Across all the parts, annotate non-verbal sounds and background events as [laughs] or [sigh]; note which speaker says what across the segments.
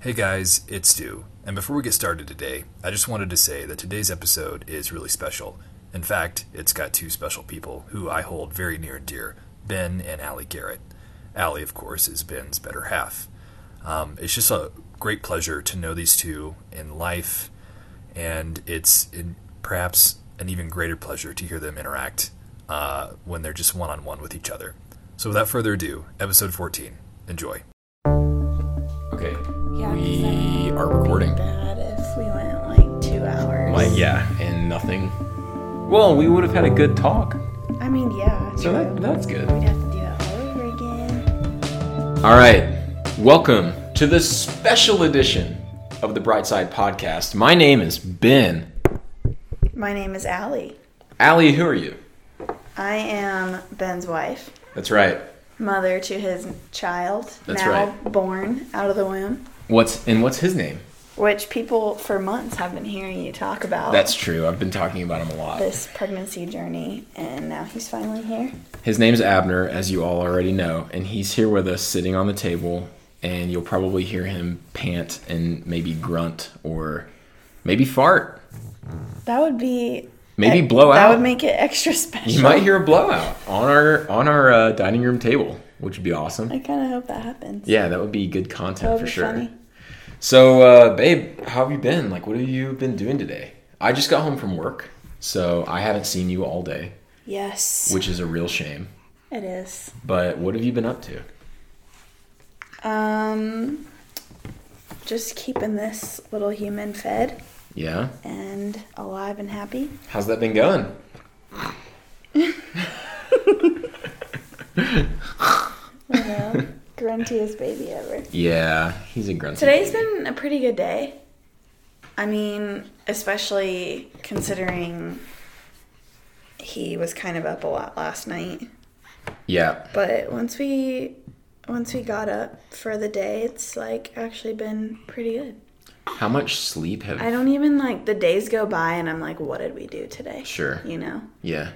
Speaker 1: Hey guys, it's Stu. And before we get started today, I just wanted to say that today's episode is really special. In fact, it's got two special people who I hold very near and dear Ben and Allie Garrett. Allie, of course, is Ben's better half. Um, it's just a great pleasure to know these two in life, and it's in perhaps an even greater pleasure to hear them interact uh, when they're just one on one with each other. So, without further ado, episode 14. Enjoy.
Speaker 2: Okay.
Speaker 3: Yeah, 'cause
Speaker 2: we
Speaker 3: that
Speaker 2: are recording.
Speaker 3: Bad if we went like two hours.
Speaker 2: Like yeah, and nothing. Well, we would have had a good talk.
Speaker 3: I mean, yeah.
Speaker 2: So that,
Speaker 3: true.
Speaker 2: that's good.
Speaker 3: We'd have to do that all over again.
Speaker 2: All right. Welcome to the special edition of the Bright Side podcast. My name is Ben.
Speaker 3: My name is Allie.
Speaker 2: Allie, who are you?
Speaker 3: I am Ben's wife,
Speaker 2: That's right.
Speaker 3: mother to his child,
Speaker 2: That's
Speaker 3: now
Speaker 2: right.
Speaker 3: born out of the womb,
Speaker 2: What's and what's his name?
Speaker 3: which people for months have been hearing you talk about.
Speaker 2: That's true. I've been talking about him a lot.
Speaker 3: this pregnancy journey, and now he's finally here.
Speaker 2: His name's Abner, as you all already know, and he's here with us sitting on the table, and you'll probably hear him pant and maybe grunt or maybe fart.
Speaker 3: That would be.
Speaker 2: Maybe
Speaker 3: that-
Speaker 2: blow
Speaker 3: That
Speaker 2: out.
Speaker 3: would make it extra [laughs] special.
Speaker 2: You might hear a blowout on our on our uh, dining room table, which would be awesome.
Speaker 3: I kind of hope that happens.
Speaker 2: Yeah, that would be good content
Speaker 3: That would
Speaker 2: for
Speaker 3: be
Speaker 2: sure.
Speaker 3: funny.
Speaker 2: So, uh, babe, how have you been? Like, what have you been doing today? I just got home from work, so I haven't seen you all day,
Speaker 3: Yes.
Speaker 2: which is a real shame.
Speaker 3: it is.
Speaker 2: But what have you been up to?
Speaker 3: Um, just keeping this little human fed
Speaker 2: Yeah,
Speaker 3: and alive and happy.
Speaker 2: how's that been going?
Speaker 3: You know, [laughs] gruntiest baby ever.
Speaker 2: Yeah, he's a grunt.
Speaker 3: Today's been a pretty good day. I mean, especially considering he was kind of up a lot last night.
Speaker 2: Yeah,
Speaker 3: But once we once we got up for the day, it's like actually been pretty good.
Speaker 2: how much sleep have?
Speaker 3: I don't even like the days go by and I'm like, what did we do today?
Speaker 2: Sure.
Speaker 3: You know?
Speaker 2: Yeah.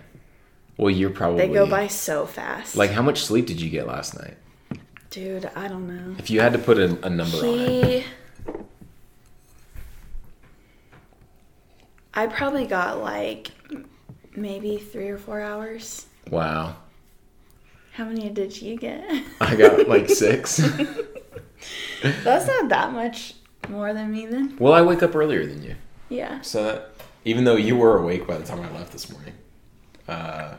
Speaker 2: Well, you're probably.
Speaker 3: They go by so fast.
Speaker 2: Like, how much sleep did you get last night?
Speaker 3: Dude, I don't know.
Speaker 2: If you had to put a, a number on it.
Speaker 3: He. I probably got like m- maybe three or four hours.
Speaker 2: Wow.
Speaker 3: How many did you get? [laughs]
Speaker 2: I got like six.
Speaker 3: That's not that much more than me then.
Speaker 2: well, I wake up earlier than you.
Speaker 3: Yeah.
Speaker 2: So that, even though you were awake by the time I left this morning. Uh,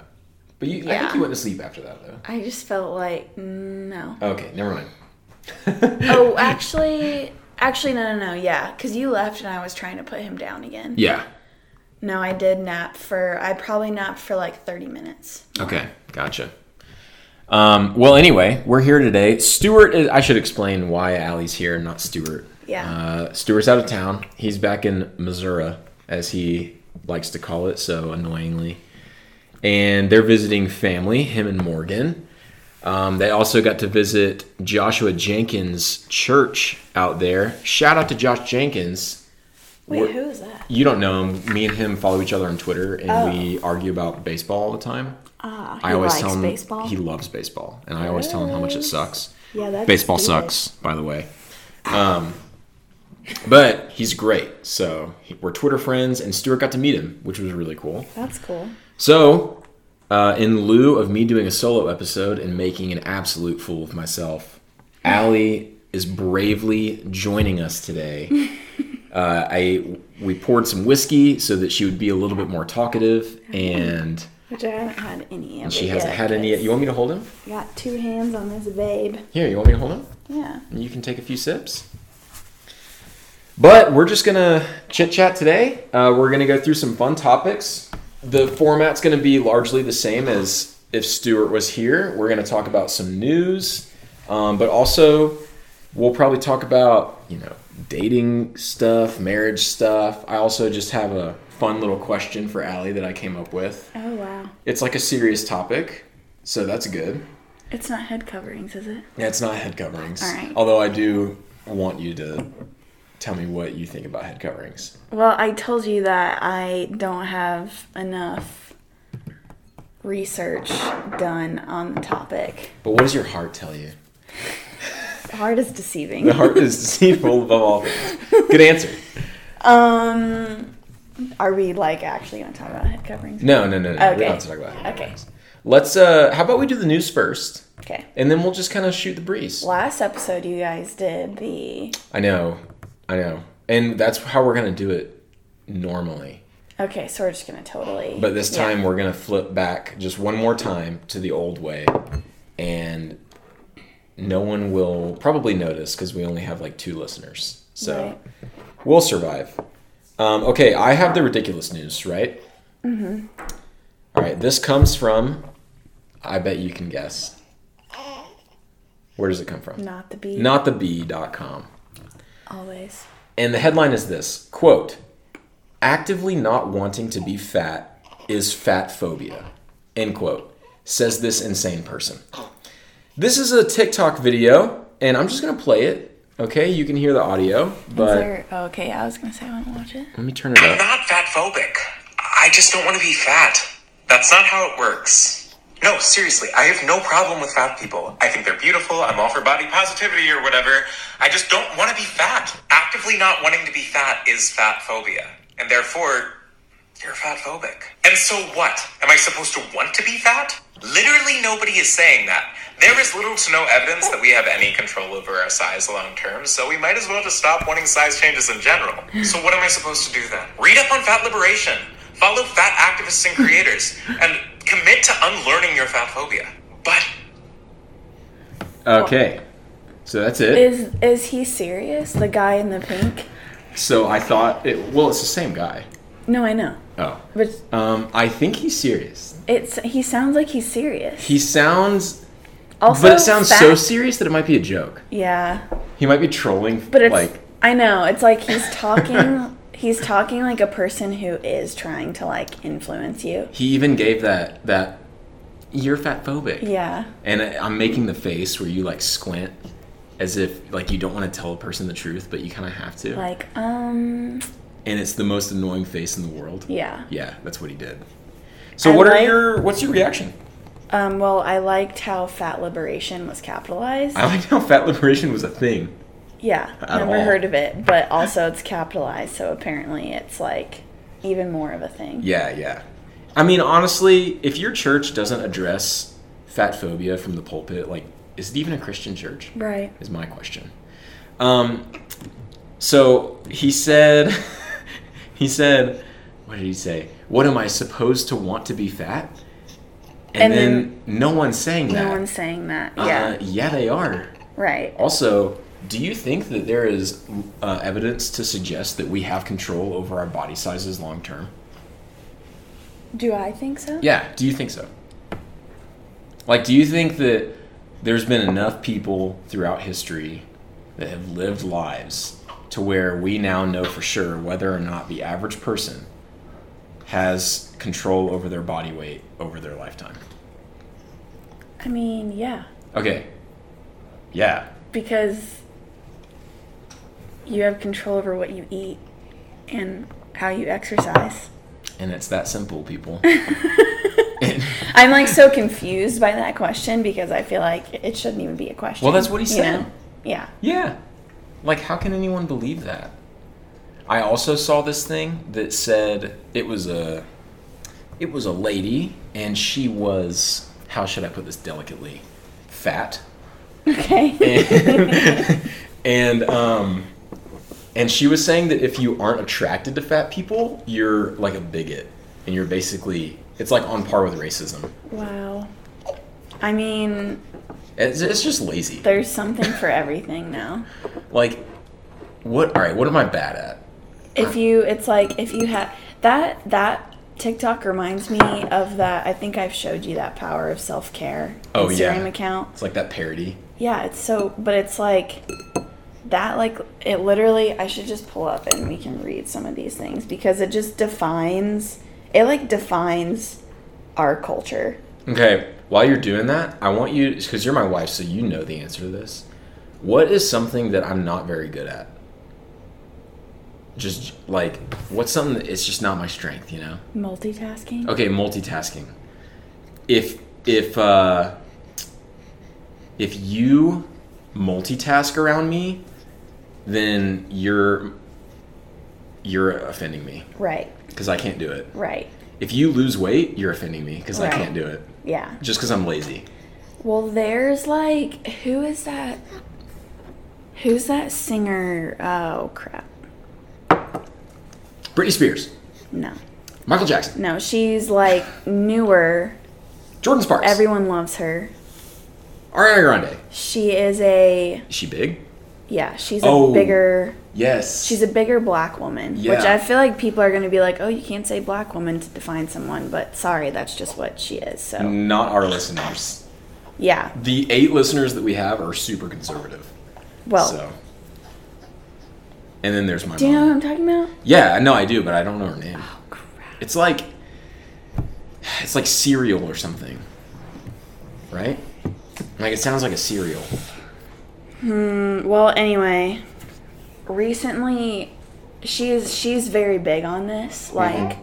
Speaker 2: but you, I think
Speaker 3: Yeah.
Speaker 2: you went to sleep after that, though.
Speaker 3: I just felt like no.
Speaker 2: Okay, never mind.
Speaker 3: [coughs] Oh, actually, actually, no, no, no. Yeah, because you left and I was trying to put him down again.
Speaker 2: Yeah.
Speaker 3: No, I did nap for. I probably napped for like thirty minutes.
Speaker 2: Okay, gotcha. Um, well, anyway, we're here today. Stuart is, I should explain why Allie's here, and not Stuart.
Speaker 3: Yeah.
Speaker 2: Uh, Stuart's out of town. He's back in Missouri, as he likes to call it so annoyingly. And they're visiting family, him and Morgan. Um, they also got to visit Joshua Jenkins' church out there. Shout out to Josh Jenkins.
Speaker 3: Wait, who is that?
Speaker 2: You don't know him. Me and him follow each other on Twitter, and we argue about baseball all the time.
Speaker 3: Oh. Ah, he
Speaker 2: I always
Speaker 3: likes
Speaker 2: tell him
Speaker 3: baseball.
Speaker 2: he loves baseball, and I always tell him how much it sucks.
Speaker 3: yeah, that's
Speaker 2: baseball sucks, by the way. Um, but he's great, so he- we're Twitter friends, and Stuart got to meet him, which was really cool.
Speaker 3: That's cool.
Speaker 2: So, uh, in lieu of me doing a solo episode and making an absolute fool of myself, Allie is bravely joining us today. Uh, I we poured some whiskey so that she would be a little bit more talkative, and
Speaker 3: Which I haven't had any. Of
Speaker 2: she
Speaker 3: it
Speaker 2: hasn't
Speaker 3: yet,
Speaker 2: had any yet.
Speaker 3: 'cause
Speaker 2: You want me to hold him?
Speaker 3: I Got two hands on this babe.
Speaker 2: Here, you want me to hold him?
Speaker 3: Yeah.
Speaker 2: And you can take a few sips. But we're just gonna chit chat today. Uh, we're gonna go through some fun topics. The format's gonna be largely the same as if Stuart was here. We're gonna talk about some news, um, but also we'll probably talk about you know dating stuff, marriage stuff. I also just have a fun little question for Allie that I came up with.
Speaker 3: Oh wow.
Speaker 2: It's like a serious topic, so that's good.
Speaker 3: It's not head coverings, is it?
Speaker 2: Yeah, it's not head coverings.
Speaker 3: All right.
Speaker 2: Although I do want you to tell me what you think about head coverings.
Speaker 3: Well, I told you that I don't have enough research done on the topic.
Speaker 2: But what does your heart tell you?
Speaker 3: heart is deceiving.
Speaker 2: The [laughs] heart is deceitful above all things. Good answer.
Speaker 3: Um, are we like actually going to talk about head coverings?
Speaker 2: No, no, no, no. We
Speaker 3: Okay.
Speaker 2: don't have to talk about it.
Speaker 3: Okay.
Speaker 2: Let's. Uh, how about we do the news first,
Speaker 3: Okay.
Speaker 2: and then we'll just kind of shoot the breeze.
Speaker 3: Last episode, you guys did the
Speaker 2: I know, I know, and that's how we're gonna do it normally.
Speaker 3: okay. So we're just gonna totally.
Speaker 2: But this
Speaker 3: Yeah.
Speaker 2: time we're gonna flip back just one more time to the old way, and no one will probably notice because we only have like two listeners, so
Speaker 3: Right.
Speaker 2: we'll survive. Um, okay, I have the ridiculous news, right? Mm-hmm. right, this comes from. I bet you can guess. Where does it come from?
Speaker 3: not the bee.
Speaker 2: Not the bee.com.
Speaker 3: always.
Speaker 2: And the headline is this quote, actively not wanting to be fat is fat phobia, end quote, says this insane person. This is a TikTok video, and I'm just gonna play it. Okay, you can hear the audio,
Speaker 3: Is
Speaker 2: but
Speaker 3: there, oh, okay, I was gonna say I want to watch it.
Speaker 2: let me turn it up.
Speaker 4: not fat phobic. I just don't want to be fat. That's not how it works. No, seriously, I have no problem with fat people. I think they're beautiful. I'm all for body positivity or whatever. I just don't want to be fat. Actively not wanting to be fat is fat phobia. And therefore, you're fat phobic. And so what? Am I supposed to want to be fat? Literally nobody is saying that. There is little to no evidence that we have any control over our size long term, so we might as well just stop wanting size changes in general. So what am I supposed to do then? Read up on fat liberation, follow fat activists and creators, and commit to unlearning your fat phobia. But
Speaker 2: Okay, so that's it.
Speaker 3: Is is he serious? The guy in the pink?
Speaker 2: So I thought it, well, it's the same guy.
Speaker 3: No, I know,
Speaker 2: Oh.
Speaker 3: but
Speaker 2: Um, I think he's serious.
Speaker 3: it's he sounds like he's serious.
Speaker 2: He sounds,
Speaker 3: also,
Speaker 2: but it sounds so
Speaker 3: fat-
Speaker 2: serious that it might be a joke.
Speaker 3: Yeah,
Speaker 2: He might be trolling,
Speaker 3: but it's
Speaker 2: like,
Speaker 3: I know it's like he's
Speaker 2: [laughs]
Speaker 3: talking. he's talking like a person who is trying to like influence you.
Speaker 2: he even gave that, that, you're fat phobic.
Speaker 3: Yeah.
Speaker 2: And I- I'm making the face where you like squint as if like you don't want to tell a person the truth, but you kind of have to.
Speaker 3: Like, um,
Speaker 2: and it's the most annoying face in the world.
Speaker 3: yeah.
Speaker 2: Yeah, that's what he did. So
Speaker 3: I
Speaker 2: what are
Speaker 3: like-
Speaker 2: your what's your reaction?
Speaker 3: Um, well, I liked how fat liberation was capitalized.
Speaker 2: I like how fat liberation was a thing.
Speaker 3: yeah,
Speaker 2: At
Speaker 3: never
Speaker 2: all.
Speaker 3: heard of it, but also it's capitalized, so apparently it's like even more of a thing.
Speaker 2: Yeah, yeah. I mean, honestly, if your church doesn't address fat phobia from the pulpit, like is it even a Christian church?
Speaker 3: Right.
Speaker 2: is my question. Um, so he said, [laughs] he said, what did he say? What am I supposed to want to be fat?
Speaker 3: And
Speaker 2: And, then, no one's saying that.
Speaker 3: No one's saying that.
Speaker 2: Uh,
Speaker 3: Yeah.
Speaker 2: yeah, they are.
Speaker 3: right.
Speaker 2: Also, do you think that there is uh, evidence to suggest that we have control over our body sizes long term?
Speaker 3: Do I think so?
Speaker 2: Yeah. Do you think so? Like, do you think that there's been enough people throughout history that have lived lives to where we now know for sure whether or not the average person has control over their body weight over their lifetime?
Speaker 3: I mean, yeah.
Speaker 2: Okay. Yeah.
Speaker 3: Because you have control over what you eat and how you exercise.
Speaker 2: And it's that simple, people.
Speaker 3: I'm like so confused by that question because I feel like it shouldn't even be a question.
Speaker 2: Well, that's what he
Speaker 3: you
Speaker 2: said.
Speaker 3: know? Yeah.
Speaker 2: Yeah. Like, how can anyone believe that? I also saw this thing that said it was a it was a lady and she was how should I put this delicately? Fat. [laughs]
Speaker 3: Okay.
Speaker 2: And um and she was saying that if you aren't attracted to fat people, you're like a bigot and you're basically it's like on par with racism.
Speaker 3: wow. I mean,
Speaker 2: It's, it's just lazy.
Speaker 3: there's something for everything now.
Speaker 2: Like what all right, what am I bad at?
Speaker 3: If you, it's like if you have that that TikTok reminds me of that. I think I've showed you that power of self care
Speaker 2: Oh,
Speaker 3: Instagram
Speaker 2: yeah.
Speaker 3: account.
Speaker 2: It's like that parody.
Speaker 3: Yeah, it's so, but it's like that. Like it literally, I should just pull up and we can read some of these things because it just defines. It like defines our culture.
Speaker 2: Okay, while you're doing that, I want you because you're my wife, so you know the answer to this. What is something that I'm not very good at? Just like what's something that it's just not my strength, you know?
Speaker 3: Multitasking.
Speaker 2: Okay, multitasking. If if uh if you multitask around me, then you're you're offending me
Speaker 3: Right.
Speaker 2: because I can't do it.
Speaker 3: Right.
Speaker 2: If you lose weight, you're offending me because
Speaker 3: Right.
Speaker 2: I can't do it
Speaker 3: Yeah.
Speaker 2: just because I'm lazy.
Speaker 3: Well, there's like who is that? Who's that singer? Oh crap.
Speaker 2: Britney Spears,
Speaker 3: No.
Speaker 2: Michael Jackson,
Speaker 3: No, she's like newer.
Speaker 2: Jordan Sparks,
Speaker 3: Everyone loves her.
Speaker 2: Ariana Grande.
Speaker 3: She is a
Speaker 2: Is she big?
Speaker 3: yeah, she's a
Speaker 2: Oh.
Speaker 3: bigger
Speaker 2: Yes.
Speaker 3: she's a bigger black woman, which
Speaker 2: Yeah.
Speaker 3: I feel like people are going to be like, "Oh, you can't say black woman to define someone," but sorry, that's just what she is. So,
Speaker 2: not our listeners.
Speaker 3: yeah.
Speaker 2: The eight listeners that we have are super conservative.
Speaker 3: Well,
Speaker 2: So. And then there's my
Speaker 3: do you know
Speaker 2: mom.
Speaker 3: what I'm talking about?
Speaker 2: Yeah, no, I do, but I don't know her name.
Speaker 3: Oh, crap.
Speaker 2: It's like it's like cereal or something. Right? Like it sounds like a cereal.
Speaker 3: Mm, Well, anyway, recently she's she's very big on
Speaker 2: Mm-hmm.
Speaker 3: this like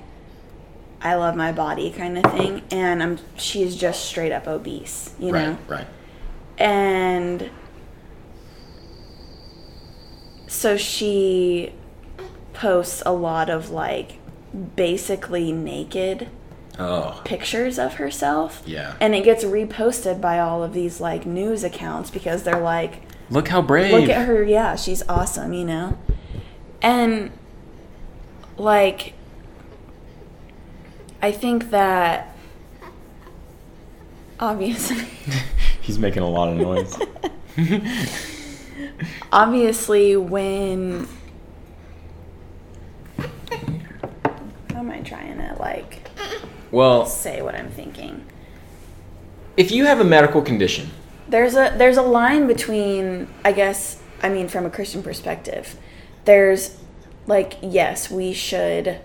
Speaker 3: I love my body kind of thing and I'm she's just straight up obese, you
Speaker 2: right,
Speaker 3: know.
Speaker 2: right.
Speaker 3: And so she posts a lot of like basically naked
Speaker 2: Oh.
Speaker 3: pictures of herself.
Speaker 2: Yeah.
Speaker 3: And it gets reposted by all of these like news accounts because they're like
Speaker 2: Look how brave.
Speaker 3: look at her yeah she's awesome you know and like i think that obviously
Speaker 2: He's making a lot of noise.
Speaker 3: obviously when how am i trying to like
Speaker 2: well,
Speaker 3: say what i'm thinking
Speaker 2: if you have a medical condition,
Speaker 3: there's a there's a line between i guess i mean from a christian perspective there's like yes we should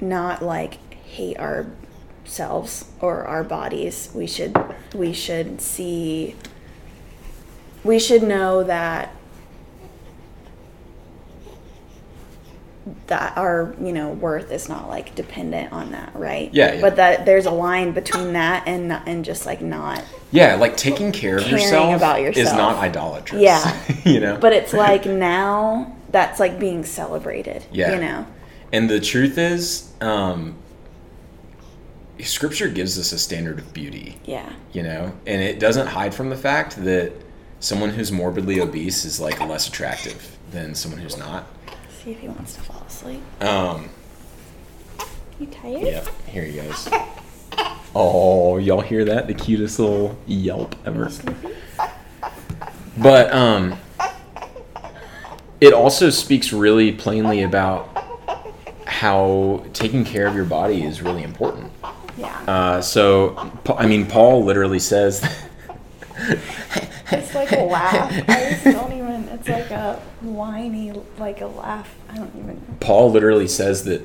Speaker 3: not like hate ourselves or our bodies we should we should see we should know that that our you know worth is not like dependent on that right
Speaker 2: Yeah, yeah.
Speaker 3: but that there's a line between that and not, and just like not
Speaker 2: yeah, like taking care of
Speaker 3: Caring
Speaker 2: yourself,
Speaker 3: about
Speaker 2: is
Speaker 3: yourself.
Speaker 2: not idolatrous.
Speaker 3: Yeah.
Speaker 2: [laughs] you know.
Speaker 3: but it's like now that's like being celebrated
Speaker 2: Yeah.
Speaker 3: you know
Speaker 2: And the truth is, um, Scripture gives us a standard of beauty,
Speaker 3: yeah
Speaker 2: you know, and it doesn't hide from the fact that someone who's morbidly obese is like less attractive than someone who's not.
Speaker 3: see if he wants to fall asleep
Speaker 2: Um,
Speaker 3: you tired
Speaker 2: yep, here he goes. Oh, y'all hear that? The cutest little yelp ever. But um, it also speaks really plainly about how taking care of your body is really important.
Speaker 3: yeah
Speaker 2: Uh, so, Pa- I mean, Paul literally says, [laughs]
Speaker 3: it's like a laugh i
Speaker 2: [laughs]
Speaker 3: just don't even it's like a whiny like a laugh i don't even
Speaker 2: Paul literally says that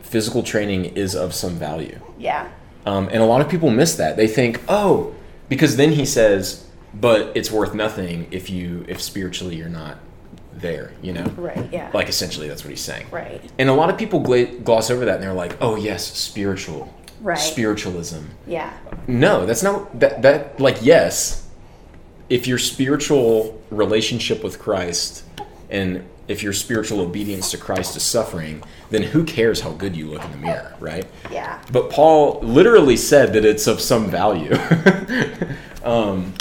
Speaker 2: physical training is of some value.
Speaker 3: yeah
Speaker 2: Um, and a lot of people miss that. They think, oh, because then he says, but it's worth nothing if you, if spiritually you're not there, you know?
Speaker 3: right yeah
Speaker 2: Like, essentially, that's what he's saying.
Speaker 3: right
Speaker 2: And a lot of people gla- gloss over that and they're like, oh, yes, spiritual.
Speaker 3: Right.
Speaker 2: Spiritualism.
Speaker 3: yeah
Speaker 2: No, that's not that that like yes. If your spiritual relationship with Christ and if your spiritual obedience to Christ is suffering, then who cares how good you look in the mirror, right?
Speaker 3: yeah
Speaker 2: But Paul literally said that it's of some value. [laughs] um,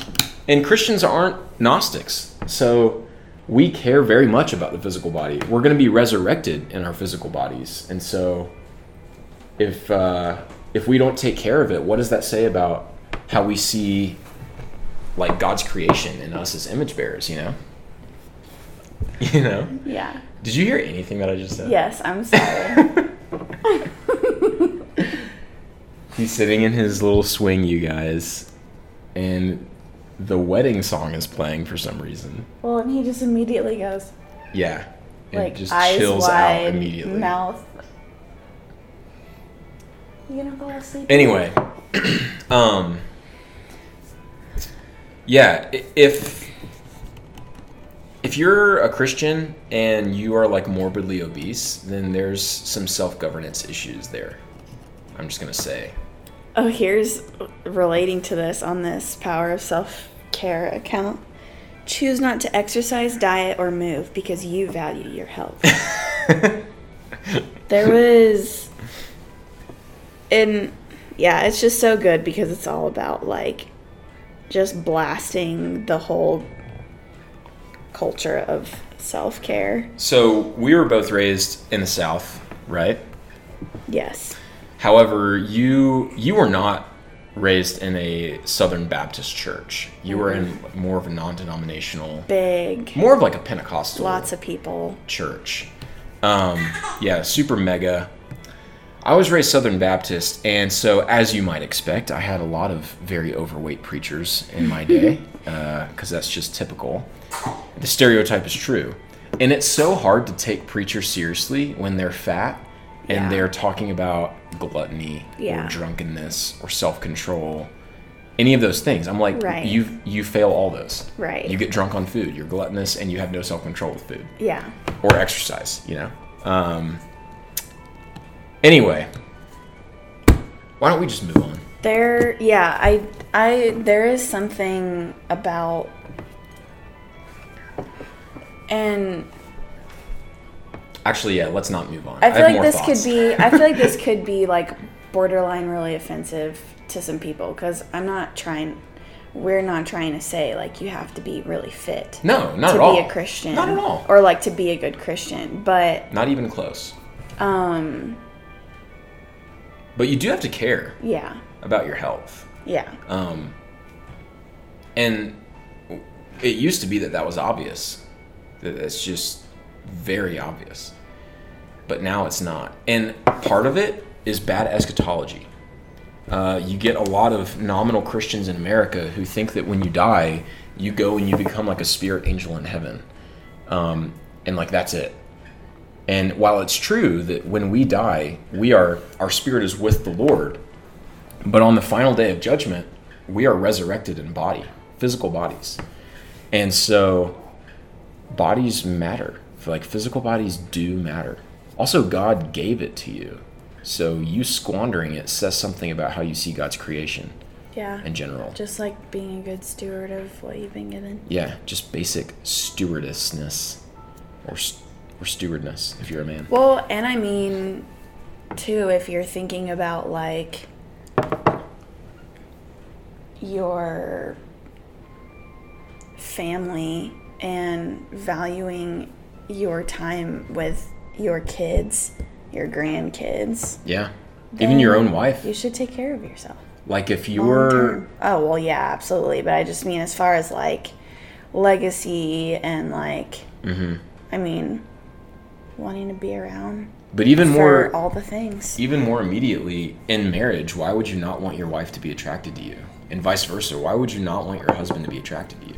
Speaker 2: and Christians aren't Gnostics. So we care very much about the physical body. We're going to be resurrected in our physical bodies. And so if, uh, if we don't take care of it, what does that say about how we see like God's creation and us as image bearers, you know? [laughs] You know?
Speaker 3: yeah
Speaker 2: Did you hear anything that I just said?
Speaker 3: yes i'm
Speaker 2: [laughs]
Speaker 3: sorry
Speaker 2: He's sitting in his little swing, you guys, and the wedding song is playing for some reason.
Speaker 3: well and he just immediately goes
Speaker 2: Yeah. It
Speaker 3: like
Speaker 2: just
Speaker 3: eyes
Speaker 2: chills
Speaker 3: wide
Speaker 2: out immediately.
Speaker 3: mouth you gonna fall asleep
Speaker 2: Anyway, [clears throat] um Yeah, i- if if you're a Christian and you are like morbidly obese, then there's some self-governance issues there. I'm just going to say.
Speaker 3: Oh, here's relating to this on this power of self care account. Choose not to exercise, diet, or move because you value your health. there was. And yeah, it's just so good because it's all about like just blasting the whole culture of self care.
Speaker 2: So we were both raised in the South, right?
Speaker 3: Yes.
Speaker 2: However, you you were not raised in a Southern Baptist church. You were in more of a non-denominational,
Speaker 3: Big.
Speaker 2: more of like a Pentecostal
Speaker 3: Lots of people.
Speaker 2: church. Um, yeah, super mega. I was raised Southern Baptist, and so as you might expect, I had a lot of very overweight preachers in
Speaker 3: [laughs]
Speaker 2: my day, because that's just typical. The stereotype is true, and it's so hard to take preachers seriously when they're fat and
Speaker 3: Yeah.
Speaker 2: they're talking about gluttony
Speaker 3: Yeah.
Speaker 2: or drunkenness or self-control, any of those things. I'm like,
Speaker 3: Right.
Speaker 2: you you fail all those.
Speaker 3: Right.
Speaker 2: You get drunk on food. You're gluttonous, and you have no self-control with food
Speaker 3: Yeah.
Speaker 2: or exercise, you know. Um, anyway, why don't we just move on?
Speaker 3: There, yeah, I, I, there is something about, and
Speaker 2: Actually, yeah, let's not move on.
Speaker 3: I feel
Speaker 2: have
Speaker 3: like
Speaker 2: more
Speaker 3: this
Speaker 2: thoughts.
Speaker 3: could be, I feel like
Speaker 2: [laughs]
Speaker 3: this could be like borderline really offensive to some people because I'm not trying, we're not trying to say like you have to be really fit
Speaker 2: no, not
Speaker 3: to
Speaker 2: at
Speaker 3: be a
Speaker 2: all.
Speaker 3: Christian,
Speaker 2: Not at all.
Speaker 3: or like to be a good Christian, but
Speaker 2: not even close. Um,
Speaker 3: um,
Speaker 2: but you do have to care
Speaker 3: yeah,
Speaker 2: about your health,
Speaker 3: yeah,
Speaker 2: Um, and it used to be that that was obvious. That That's just very obvious. But now it's not, and part of it is bad eschatology. uh, you get a lot of nominal Christians in America who think that when you die, you go and you become like a spirit angel in heaven. Um, and like that's it. And while it's true that when we die, we are our spirit is with the Lord, but on the final day of judgment, we are resurrected in body, physical bodies. And so bodies matter. Like physical bodies do matter. Also, God gave it to you. So you squandering it says something about how you see God's creation
Speaker 3: yeah,
Speaker 2: in general.
Speaker 3: just like being a good steward of what you've been given.
Speaker 2: yeah, just basic stewardessness or s- or stewardness if you're a man.
Speaker 3: Well, and I mean, too, if you're thinking about like your family and valuing your time with your kids, your grandkids,
Speaker 2: Yeah. Even your own wife.
Speaker 3: you should take care of yourself.
Speaker 2: Like if you were
Speaker 3: Oh, well, yeah, absolutely. But I just mean, as far as like legacy and like,
Speaker 2: Mm-hmm.
Speaker 3: I mean, wanting to be around
Speaker 2: but even
Speaker 3: for
Speaker 2: more
Speaker 3: all the things.
Speaker 2: even more immediately in marriage, why would you not want your wife to be attracted to you? And vice versa, why would you not want your husband to be attracted to you?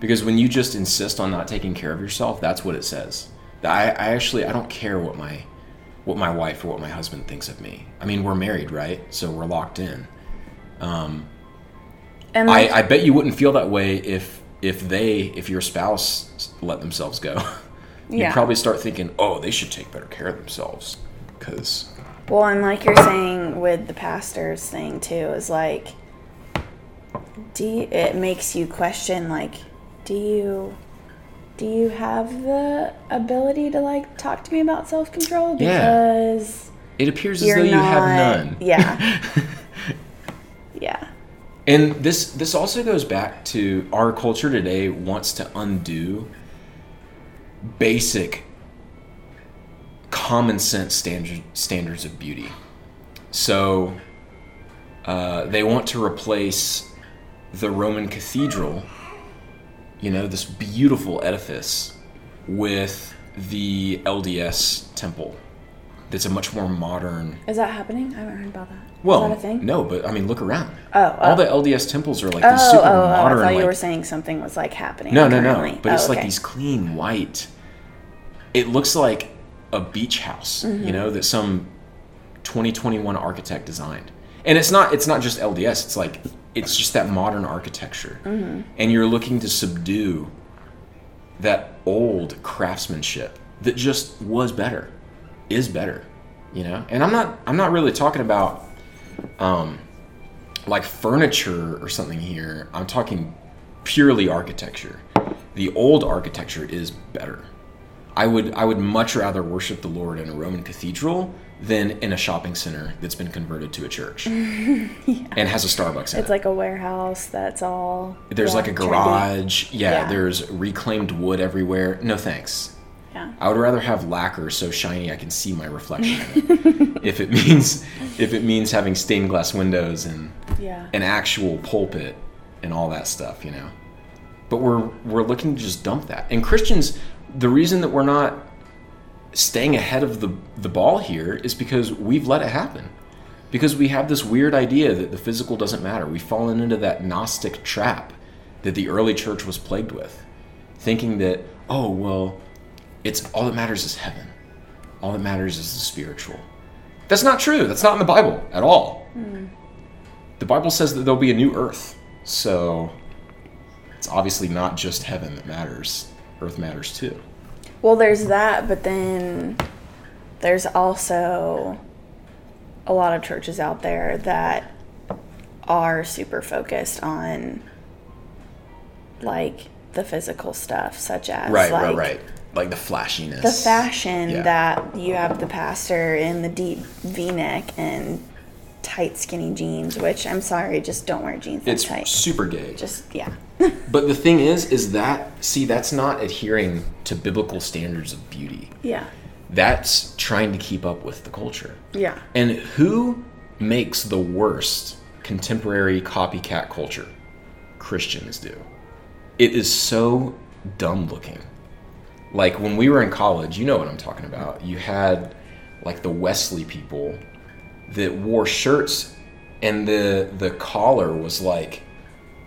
Speaker 2: Because when you just insist on not taking care of yourself, that's what it says. That I, I actually I don't care what my what my wife or what my husband thinks of me. I mean, we're married, right? So we're locked in.
Speaker 3: And
Speaker 2: I,
Speaker 3: like,
Speaker 2: I bet you wouldn't feel that way if if they if your spouse s- let themselves go. [laughs] You'd
Speaker 3: Yeah.
Speaker 2: probably start thinking, oh, they should take better care of themselves because
Speaker 3: well, and like you're saying with the pastor's thing too, is like, do you, it makes you question like, do you do you have the ability to like talk to me about self control?
Speaker 2: Yeah.
Speaker 3: Because
Speaker 2: it appears as
Speaker 3: you're not.
Speaker 2: though you have none. [laughs]
Speaker 3: Yeah. yeah.
Speaker 2: And this this also goes back to our culture today wants to undo basic common sense standard, standards of beauty. So uh, they want to replace the Roman cathedral, you know, this beautiful edifice, with the LDS temple. That's a much more modern
Speaker 3: Is that happening? I haven't heard about that.
Speaker 2: well,
Speaker 3: is that a thing?
Speaker 2: no, but I mean, look around.
Speaker 3: Oh,
Speaker 2: all
Speaker 3: oh.
Speaker 2: the LDS temples are like
Speaker 3: Oh,
Speaker 2: these super
Speaker 3: oh, oh,
Speaker 2: modern.
Speaker 3: I thought you
Speaker 2: like-
Speaker 3: were saying something was like happening.
Speaker 2: no, no, no.
Speaker 3: currently.
Speaker 2: But it's
Speaker 3: Oh,
Speaker 2: like
Speaker 3: okay.
Speaker 2: these clean white. It looks like a beach house,
Speaker 3: Mm-hmm.
Speaker 2: you know, that some 2021 architect designed. And it's not. It's not just LDS. It's like it's just that modern architecture,
Speaker 3: Mm-hmm.
Speaker 2: and you're looking to subdue that old craftsmanship that just was better, is better, you know. And I'm not. I'm not really talking about um, like furniture or something here. I'm talking purely architecture, the old architecture is better. I would I would much rather worship the Lord in a Roman cathedral than in a shopping center that's been converted to
Speaker 3: [laughs]
Speaker 2: a church and has a Starbucks in
Speaker 3: It's
Speaker 2: it.
Speaker 3: like a warehouse that's all.
Speaker 2: There's
Speaker 3: yeah,
Speaker 2: like a
Speaker 3: trendy.
Speaker 2: garage. Yeah,
Speaker 3: Yeah.
Speaker 2: there's reclaimed wood everywhere. No thanks.
Speaker 3: Yeah.
Speaker 2: I would rather have lacquer so shiny I can see my reflection in it. if it means if it means having stained glass windows and
Speaker 3: Yeah.
Speaker 2: an actual pulpit and all that stuff, you know. But we're we're looking to just dump that. And Christians, the reason that we're not staying ahead of the the ball here is because we've let it happen. Because we have this weird idea that the physical doesn't matter. We've fallen into that Gnostic trap that the early church was plagued with, thinking that oh well, it's all that matters is heaven. All that matters is the spiritual. That's not true. That's not in the Bible at all the Bible says that there'll be a new earth. So it's obviously not just heaven that matters. Earth matters too.
Speaker 3: Well, there's that, but then there's also a lot of churches out there that are super focused on like the physical stuff, such as like,
Speaker 2: Like the flashiness.
Speaker 3: the fashion
Speaker 2: Yeah.
Speaker 3: that you have the pastor in the deep V-neck and tight skinny jeans. Which I'm sorry, just don't wear jeans that
Speaker 2: It's
Speaker 3: tight.
Speaker 2: super gay.
Speaker 3: just yeah, [laughs]
Speaker 2: But the thing is, is that, see, that's not adhering to biblical standards of beauty.
Speaker 3: yeah,
Speaker 2: That's trying to keep up with the culture.
Speaker 3: yeah.
Speaker 2: And who makes the worst contemporary copycat culture? Christians do. It is so dumb looking. Like when we were in college, you know what I'm talking about. You had like the Wesley people that wore shirts and the the collar was like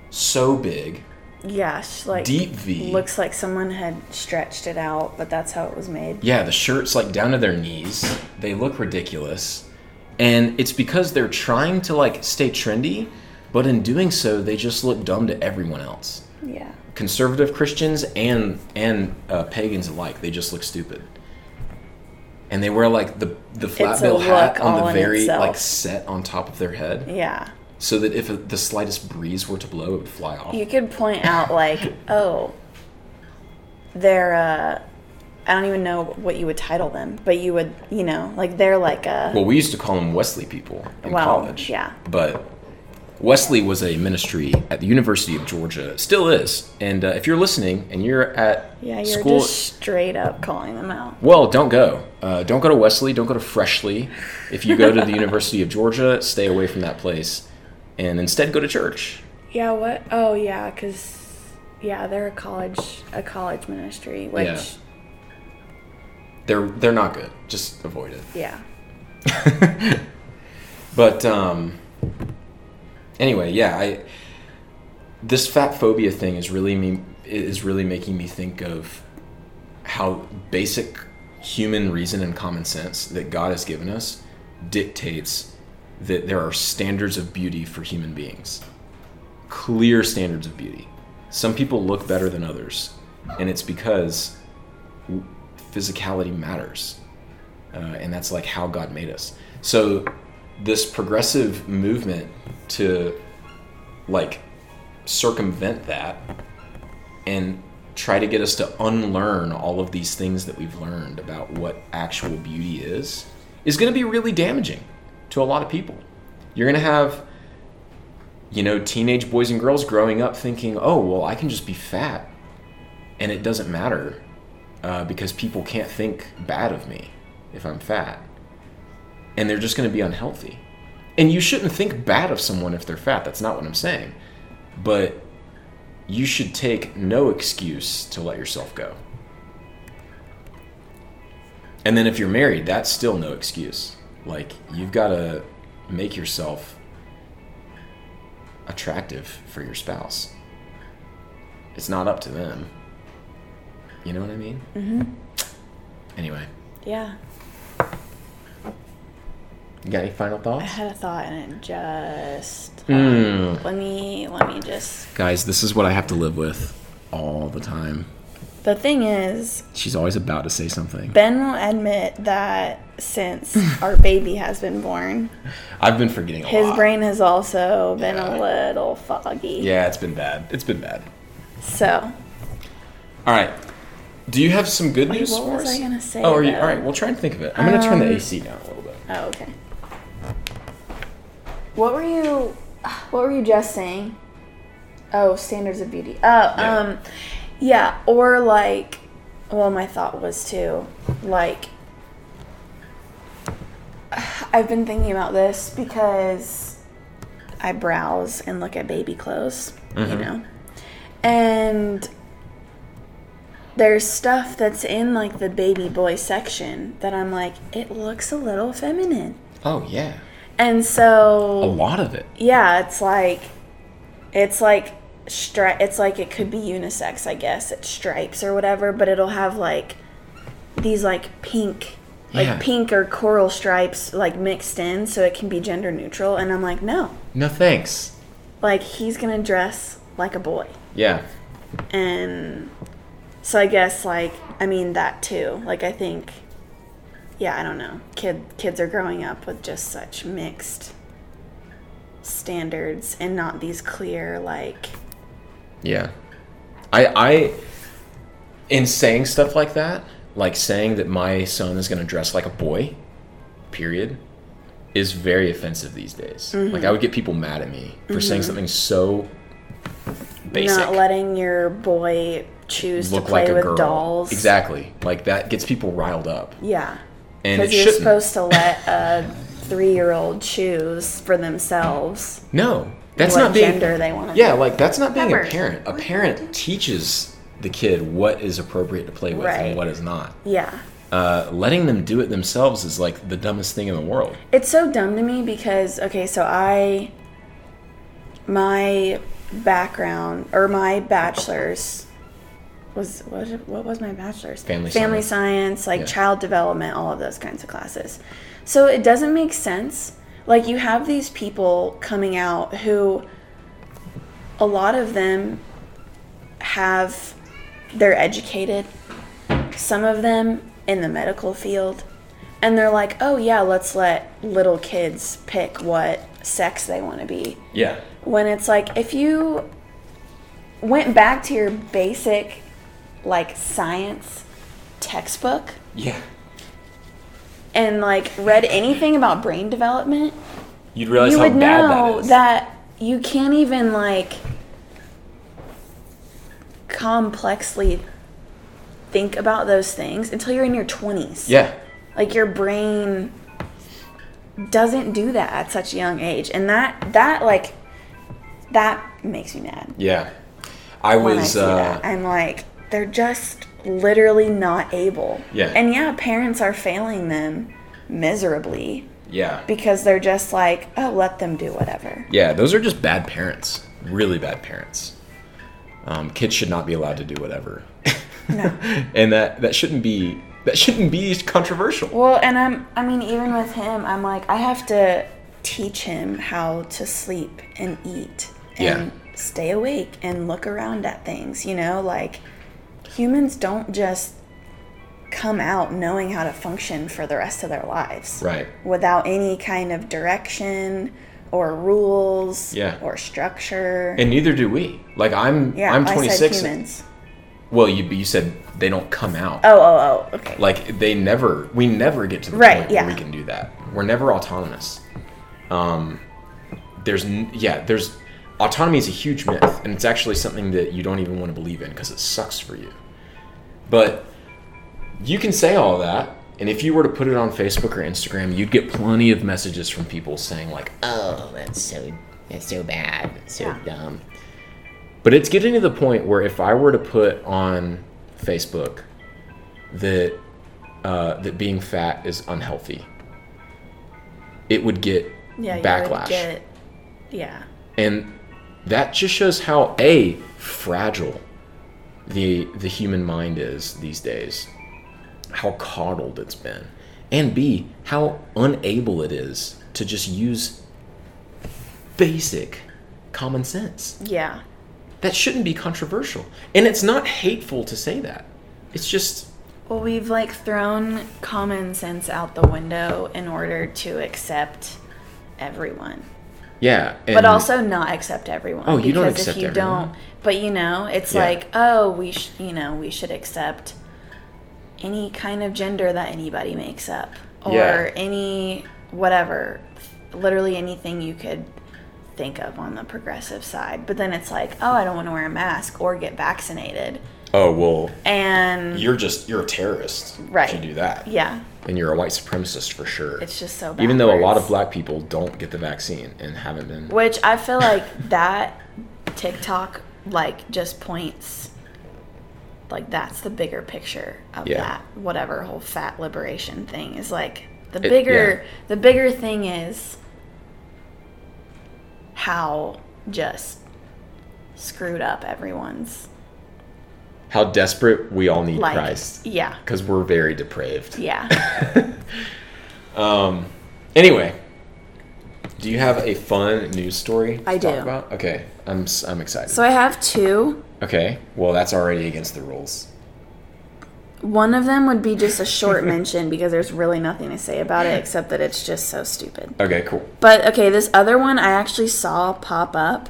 Speaker 2: so big.
Speaker 3: Yes, like
Speaker 2: Deep V.
Speaker 3: Looks like someone had stretched it out, but that's how it was made.
Speaker 2: Yeah, the shirts like down to their knees. They look ridiculous. And it's because they're trying to like stay trendy, but in doing so, they just look dumb to everyone else.
Speaker 3: Yeah.
Speaker 2: Conservative Christians and and uh, pagans alike, they just look stupid. And they wear like the the flat
Speaker 3: a
Speaker 2: bill hat
Speaker 3: look
Speaker 2: on
Speaker 3: all
Speaker 2: the
Speaker 3: in
Speaker 2: very
Speaker 3: itself.
Speaker 2: like set on top of their head,
Speaker 3: Yeah.
Speaker 2: so that if the slightest breeze were to blow, it would fly off.
Speaker 3: You could point out like, oh, they're uh I don't even know what you would title them, but you would, you know, like they're like a
Speaker 2: Well, we used to call them Wesley people in
Speaker 3: Well,
Speaker 2: college.
Speaker 3: yeah.
Speaker 2: But Wesley was a ministry at the University of Georgia, still is. And uh, if you're listening and you're at
Speaker 3: yeah, you're
Speaker 2: school,
Speaker 3: just straight up calling them out.
Speaker 2: well, don't go. Uh, don't go to Wesley. Don't go to Freshly. If you go to the [laughs] University of Georgia, stay away from that place, and instead go to church.
Speaker 3: Yeah, what? Oh, yeah, cuz yeah, they're a college a college ministry, which
Speaker 2: Yeah. They're they're not good. Just avoid it.
Speaker 3: yeah.
Speaker 2: But um, anyway, yeah, I this fat phobia thing is really me is really making me think of how basic human reason and common sense that God has given us dictates that there are standards of beauty for human beings. Clear standards of beauty. Some people look better than others, and it's because w- physicality matters uh, and that's like how God made us. So this progressive movement to like circumvent that and try to get us to unlearn all of these things that we've learned about what actual beauty is is going to be really damaging to a lot of people. You're going to have you know teenage boys and girls growing up thinking, "Oh, well, I can just be fat and it doesn't matter uh, because people can't think bad of me if I'm fat. And they're just going to be unhealthy. And you shouldn't think bad of someone if they're fat. That's not what I'm saying. But you should take no excuse to let yourself go. And then if you're married, that's still no excuse. Like, you've got to make yourself attractive for your spouse. It's not up to them. You know what I mean? Mm-hmm. Anyway,
Speaker 3: Yeah.
Speaker 2: you got any final
Speaker 3: I
Speaker 2: thoughts?
Speaker 3: had a thought and it just
Speaker 2: Mm.
Speaker 3: let me let me just
Speaker 2: Guys, this is what I have to live with all the time.
Speaker 3: The thing is,
Speaker 2: She's always about to say something.
Speaker 3: Ben will admit that since our baby has been born,
Speaker 2: I've been forgetting a
Speaker 3: his
Speaker 2: lot.
Speaker 3: brain has also been
Speaker 2: Yeah.
Speaker 3: a little foggy.
Speaker 2: Yeah, it's been bad. It's been bad.
Speaker 3: So,
Speaker 2: All right. Do you have some good news
Speaker 3: what
Speaker 2: for
Speaker 3: was
Speaker 2: us?
Speaker 3: I gonna say?
Speaker 2: oh, are you,
Speaker 3: though?
Speaker 2: all right. We'll try and think of it. I'm gonna turn the
Speaker 3: Um,
Speaker 2: AC down a little bit.
Speaker 3: Oh, okay. What were you what were you just saying? Oh, standards of beauty. Oh,
Speaker 2: Yeah.
Speaker 3: um yeah, or like well, my thought was too like I've been thinking about this because I browse and look at baby clothes, you know. And there's stuff that's in like the baby boy section that I'm like, it looks a little feminine.
Speaker 2: Oh yeah,
Speaker 3: And
Speaker 2: a
Speaker 3: so
Speaker 2: lot of it.
Speaker 3: yeah, it's like it's like stri- it's like it could be unisex, I guess. It's stripes or whatever, but it'll have like these like pink like
Speaker 2: Yeah.
Speaker 3: pink or coral stripes like mixed in so it can be gender neutral and I'm like, "No.
Speaker 2: No thanks.
Speaker 3: Like he's going to dress like a boy."
Speaker 2: Yeah.
Speaker 3: and so I guess like I mean that too. Like I think, yeah, I don't know. Kid kids are growing up with just such mixed standards and not these clear like
Speaker 2: Yeah. I I in saying stuff like that, like saying that my son is going to dress like a boy, period, is very offensive these days. Like
Speaker 3: Mm-hmm.
Speaker 2: I would get people mad at me for saying something so basic.
Speaker 3: not letting your boy choose to
Speaker 2: look
Speaker 3: play
Speaker 2: like a
Speaker 3: with
Speaker 2: girl.
Speaker 3: dolls.
Speaker 2: Exactly. Like that gets people riled up.
Speaker 3: Yeah.
Speaker 2: And it
Speaker 3: Because you're
Speaker 2: shouldn't.
Speaker 3: supposed to let a three-year-old choose for themselves
Speaker 2: no. That's
Speaker 3: what
Speaker 2: not being
Speaker 3: gender they want to
Speaker 2: Yeah, like that's not being
Speaker 3: Remember,
Speaker 2: a parent. A
Speaker 3: what do you do?
Speaker 2: parent teaches the kid what is appropriate to play with
Speaker 3: Right.
Speaker 2: and what is not.
Speaker 3: Yeah.
Speaker 2: uh, letting them do it themselves is like the dumbest thing in the world.
Speaker 3: It's so dumb to me because okay, so I my background or my bachelor's was what what was my bachelor's?
Speaker 2: Family science.
Speaker 3: science, like
Speaker 2: Yeah.
Speaker 3: child development, all of those kinds of classes. So it doesn't make sense. Like you have these people coming out who a lot of them have they're educated some of them in the medical field and they're like oh yeah let's let little kids pick what sex they want to be
Speaker 2: Yeah.
Speaker 3: when it's like if you went back to your basic like science textbook
Speaker 2: Yeah.
Speaker 3: and like read anything about brain development
Speaker 2: You'd realize
Speaker 3: you
Speaker 2: how
Speaker 3: would
Speaker 2: bad
Speaker 3: know
Speaker 2: that is.
Speaker 3: that you can't even like complexly think about those things until you're in your 20s
Speaker 2: yeah.
Speaker 3: like your brain doesn't do that at such a young age and that that like that makes me mad
Speaker 2: Yeah. I
Speaker 3: when
Speaker 2: was.
Speaker 3: i see
Speaker 2: uh,
Speaker 3: that i'm like they're just literally not able
Speaker 2: Yeah.
Speaker 3: and yeah parents are failing them miserably
Speaker 2: yeah.
Speaker 3: because they're just like oh let them do whatever
Speaker 2: yeah. Those are just bad parents. Really bad parents. Um, kids should not be allowed to do whatever.
Speaker 3: No.
Speaker 2: [laughs] and that that shouldn't be that shouldn't be controversial.
Speaker 3: Well, and I'm I mean even with him, I'm like I have to teach him how to sleep and eat and stay awake and look around at things, you know, like humans don't just come out knowing how to function for the rest of their lives
Speaker 2: Right.
Speaker 3: without any kind of direction or rules
Speaker 2: Yeah.
Speaker 3: or structure.
Speaker 2: And neither do we. Like I'm.
Speaker 3: yeah,
Speaker 2: I'm
Speaker 3: I said
Speaker 2: 26.
Speaker 3: humans.
Speaker 2: well, you you said they don't come out.
Speaker 3: Oh, oh, oh. Okay.
Speaker 2: like they never we never get to the
Speaker 3: Right,
Speaker 2: point
Speaker 3: yeah.
Speaker 2: where we can do that we're never autonomous um there's n- yeah there's autonomy is a huge myth and it's actually something that you don't even want to believe in because it sucks for you but you can say all that and if you were to put it on facebook or instagram you'd get plenty of messages from people saying like
Speaker 5: oh, that's so that's so bad, so dumb.
Speaker 2: But it's getting to the point where if I were to put on Facebook that uh, that being fat is unhealthy, it would get
Speaker 3: yeah, you would
Speaker 2: backlash,
Speaker 3: get- yeah.
Speaker 2: and that just shows how a fragile the the human mind is these days, how coddled it's been, and b how unable it is to just use basic common sense.
Speaker 3: Yeah.
Speaker 2: That shouldn't be controversial. And it's not hateful to say that. It's just,
Speaker 3: Well, we've like thrown common sense out the window in order to accept everyone.
Speaker 2: Yeah.
Speaker 3: but
Speaker 2: and-
Speaker 3: also not accept everyone.
Speaker 2: Oh, you don't accept
Speaker 3: if you
Speaker 2: everyone.
Speaker 3: don't, but you know, it's
Speaker 2: Yeah.
Speaker 3: like, oh, we sh- you know, we should accept any kind of gender that anybody makes up or
Speaker 2: Yeah.
Speaker 3: any whatever, literally anything you could think of on the progressive side. But then it's like, oh, I don't want to wear a mask or get vaccinated.
Speaker 2: Oh well,
Speaker 3: And
Speaker 2: you're just you're a terrorist.
Speaker 3: Right.
Speaker 2: If you do that,
Speaker 3: yeah,
Speaker 2: and you're a white supremacist for sure.
Speaker 3: it's just so
Speaker 2: Even though a lot of
Speaker 3: backwards.
Speaker 2: black people don't get the vaccine and haven't been.
Speaker 3: Which I feel like that TikTok like just points like that's the bigger picture of
Speaker 2: Yeah.
Speaker 3: that whatever whole fat liberation thing is like the
Speaker 2: It-
Speaker 3: bigger the bigger thing is how just screwed up everyone's
Speaker 2: How desperate we all need
Speaker 3: like
Speaker 2: Christ
Speaker 3: yeah
Speaker 2: because we're very depraved.
Speaker 3: yeah
Speaker 2: Anyway, do you have a fun news story? To
Speaker 3: I
Speaker 2: talk
Speaker 3: do.
Speaker 2: About? Okay, I'm s- I'm excited.
Speaker 3: so i have two
Speaker 2: okay, well that's already against the rules.
Speaker 3: one of them would be just a short
Speaker 2: [laughs]
Speaker 3: mention because there's really nothing to say about it except that it's just so stupid
Speaker 2: Okay, cool.
Speaker 3: But okay, this other one I actually saw pop up.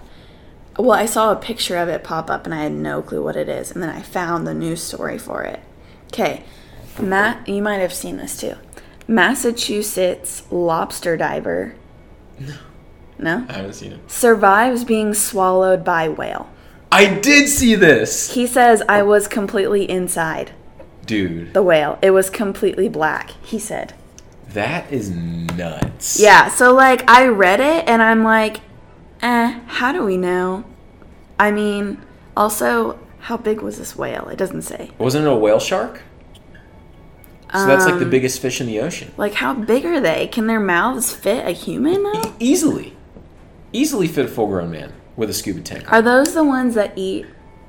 Speaker 3: Well, I saw a picture of it pop up and I had no clue what it is. And then I found the news story for it. Okay, Matt, you might have seen this too. Massachusetts lobster diver. No. No?
Speaker 2: I haven't seen it.
Speaker 3: Survives being swallowed by whale.
Speaker 2: I did see this,
Speaker 3: He says, I was completely inside
Speaker 2: dude.
Speaker 3: the whale. It was completely black, he said.
Speaker 2: That is nuts.
Speaker 3: Yeah, so like I read it and I'm like, eh, how do we know? I mean, also, how big was this whale? It doesn't say.
Speaker 2: Wasn't it a whale shark? So that's
Speaker 3: Um,
Speaker 2: like the biggest fish in the ocean.
Speaker 3: Like, how big are they? Can their mouths fit a human though?
Speaker 2: Easily, easily fit a full-grown man with a scuba tank.
Speaker 3: Are those the ones that eat,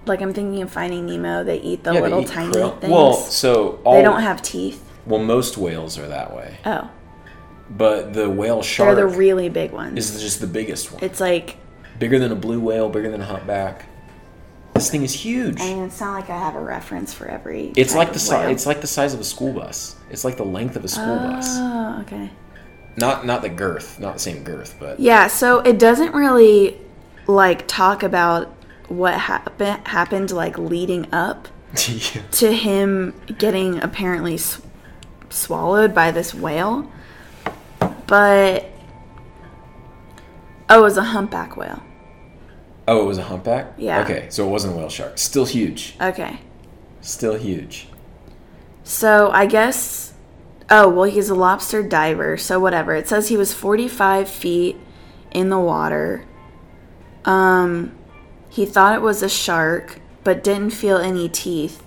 Speaker 3: like, I'm thinking of Finding Nemo, they eat the
Speaker 2: Yeah, they
Speaker 3: little
Speaker 2: eat
Speaker 3: tiny
Speaker 2: krill.
Speaker 3: things?
Speaker 2: Well, so all
Speaker 3: they don't have teeth.
Speaker 2: well, most whales are that way,
Speaker 3: Oh,
Speaker 2: but the whale
Speaker 3: they're
Speaker 2: shark
Speaker 3: the really big ones.
Speaker 2: is just the biggest one.
Speaker 3: it's like,
Speaker 2: bigger than a blue whale, bigger than a humpback. This thing is huge.
Speaker 3: I mean, it's not like I have a reference for every.
Speaker 2: It's
Speaker 3: type
Speaker 2: like the
Speaker 3: of
Speaker 2: size.
Speaker 3: whale.
Speaker 2: It's like the size of a school bus. It's like the length of a school bus.
Speaker 3: Oh, okay.
Speaker 2: Not not the girth, not the same girth, but
Speaker 3: Yeah, so it doesn't really like talk about what happen- happened like leading up
Speaker 2: [laughs] Yeah.
Speaker 3: to him getting apparently sw- swallowed by this whale. But oh, it was a humpback whale.
Speaker 2: oh, it was a humpback.
Speaker 3: Yeah.
Speaker 2: Okay, so it wasn't a whale shark. Still huge.
Speaker 3: Okay.
Speaker 2: Still huge.
Speaker 3: So I guess. Oh, well, he's a lobster diver, so whatever. It says he was 45 feet in the water. Um, he thought it was a shark, but didn't feel any teeth.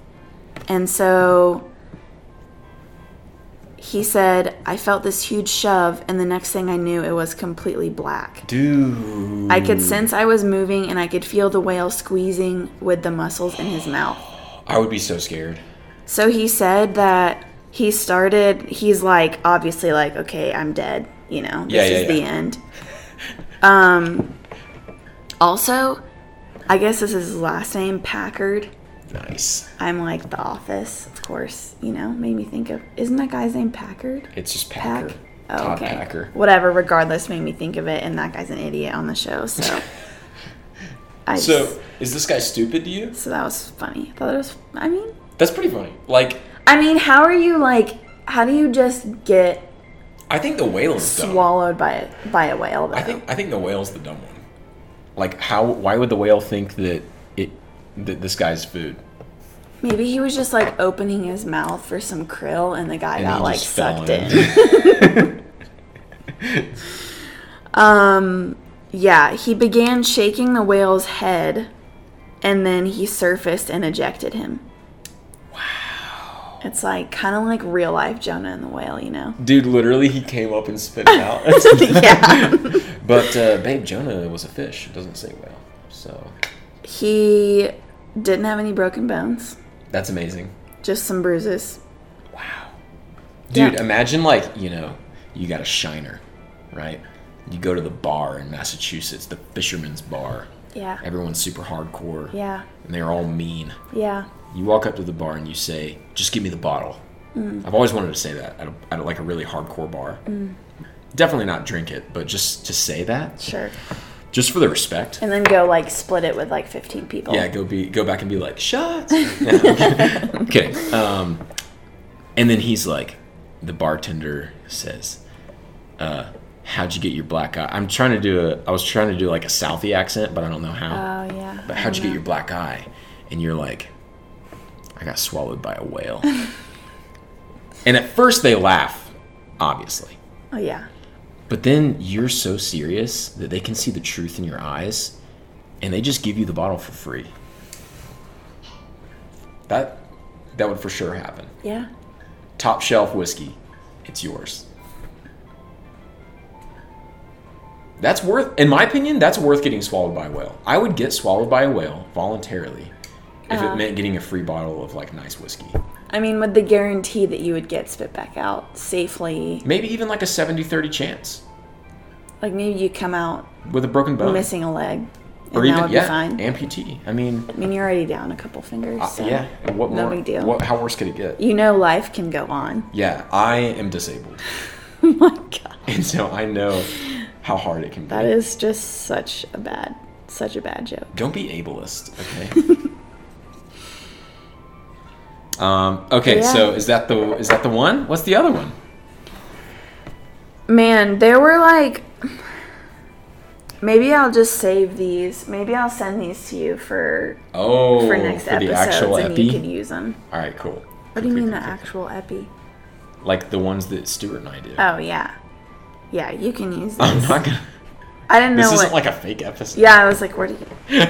Speaker 3: And so he said, I felt this huge shove, and the next thing I knew, it was completely black.
Speaker 2: Dude.
Speaker 3: I could sense I was moving, and I could feel the whale squeezing with the muscles in his mouth.
Speaker 2: I would be so scared.
Speaker 3: So he said that he started, he's like, obviously, like, okay, I'm dead. You know, this
Speaker 2: Yeah, yeah,
Speaker 3: is the
Speaker 2: yeah.
Speaker 3: end.
Speaker 2: [laughs]
Speaker 3: Um, also, I guess this is his last name, Packard.
Speaker 2: Nice.
Speaker 3: I'm like, The Office, of course, you know, made me think of, isn't that guy's name Packard?
Speaker 2: It's just
Speaker 3: Pack?
Speaker 2: Packer.
Speaker 3: Oh,
Speaker 2: Todd
Speaker 3: okay.
Speaker 2: Packer.
Speaker 3: Whatever, regardless, made me think of it, and that guy's an idiot on the show,
Speaker 2: [laughs]
Speaker 3: so. I just,
Speaker 2: So
Speaker 3: so,
Speaker 2: is this guy stupid to you?
Speaker 3: that was funny. I thought it was, I mean,
Speaker 2: That's pretty funny. Like
Speaker 3: I mean, how are you like? How do you just get
Speaker 2: I think the whale is dumb.
Speaker 3: swallowed by by a whale? Though?
Speaker 2: I think I think the whale's the dumb one. Like how? Why would the whale think that it that this guy's food?
Speaker 3: maybe he was just like opening his mouth for some krill, and the guy
Speaker 2: And
Speaker 3: got
Speaker 2: he
Speaker 3: like
Speaker 2: just fell
Speaker 3: sucked
Speaker 2: in.
Speaker 3: in. um. [laughs] Um, Yeah, he began shaking the whale's head, and then he surfaced and ejected him. Wow. It's like kind of like real life Jonah and the whale, you know?
Speaker 2: Dude, literally, he came up and spit it out.
Speaker 3: [laughs] yeah.
Speaker 2: [laughs] but uh, babe, Jonah was a fish. It doesn't say whale, so
Speaker 3: He didn't have any broken bones,
Speaker 2: that's amazing.
Speaker 3: just some bruises.
Speaker 2: Dude,
Speaker 3: Yeah.
Speaker 2: imagine like you know you got a shiner, right? You go to the bar in Massachusetts, the Fisherman's Bar.
Speaker 3: Yeah.
Speaker 2: Everyone's super hardcore,
Speaker 3: Yeah.
Speaker 2: and they're all mean.
Speaker 3: Yeah.
Speaker 2: You walk up to the bar and you say,
Speaker 3: Mm.
Speaker 2: "Just give me the bottle." I've always wanted to say that at, a, at a, like a really hardcore bar. definitely not drink it, but just to say that,
Speaker 3: Sure.
Speaker 2: just for the respect.
Speaker 3: And then go like split it with like 15 people.
Speaker 2: Yeah, go be go back and be like shots. Yeah, [laughs] okay. Um, and then he's like, the bartender says, uh, "How'd you get your black eye?" I'm trying to do a. I was trying to do like a Southie accent, but I don't know how.
Speaker 3: Oh yeah.
Speaker 2: but how'd you get your black eye? And you're like, I got swallowed by a whale. and at first they laugh, obviously.
Speaker 3: Oh yeah.
Speaker 2: But then you're so serious that they can see the truth in your eyes and they just give you the bottle for free. That that would for sure happen.
Speaker 3: Yeah.
Speaker 2: Top shelf whiskey. It's yours. That's worth in my opinion, that's worth getting swallowed by a whale. I would get swallowed by a whale voluntarily if
Speaker 3: Uh-huh.
Speaker 2: it meant getting a free bottle of like nice whiskey.
Speaker 3: I mean, with the guarantee that you would get spit back out safely.
Speaker 2: Maybe even like a 70-30 chance
Speaker 3: Like maybe you come out
Speaker 2: with a broken bone.
Speaker 3: missing a leg, and
Speaker 2: or
Speaker 3: that
Speaker 2: even
Speaker 3: would
Speaker 2: yeah,
Speaker 3: be fine.
Speaker 2: amputee. I mean,
Speaker 3: I mean, you're already down a couple fingers.
Speaker 2: Uh,
Speaker 3: so
Speaker 2: yeah. and What
Speaker 3: no
Speaker 2: more?
Speaker 3: big deal.
Speaker 2: What, how worse could it get?
Speaker 3: You know, life can go on. [laughs]
Speaker 2: Yeah, I am disabled, [laughs]
Speaker 3: Oh my god,
Speaker 2: and so I know how hard it can be.
Speaker 3: that is just such a bad, such a bad joke.
Speaker 2: Don't be ableist,
Speaker 3: [laughs]
Speaker 2: okay? um. Okay.
Speaker 3: Yeah.
Speaker 2: So is that the is that the one? What's the other one?
Speaker 3: Man, there were like. Maybe I'll just save these. Maybe I'll send these to you for
Speaker 2: Oh,
Speaker 3: for next
Speaker 2: for the
Speaker 3: episodes,
Speaker 2: actual
Speaker 3: and
Speaker 2: epi.
Speaker 3: you could use them.
Speaker 2: All right. Cool.
Speaker 3: What do you mean the actual epi?
Speaker 2: Like the ones that Stuart and I did.
Speaker 3: Oh yeah, yeah, you can use these.
Speaker 2: [laughs] I'm not gonna.
Speaker 3: I didn't know
Speaker 2: This
Speaker 3: what.
Speaker 2: isn't like a fake episode.
Speaker 3: yeah, I was like, where do you?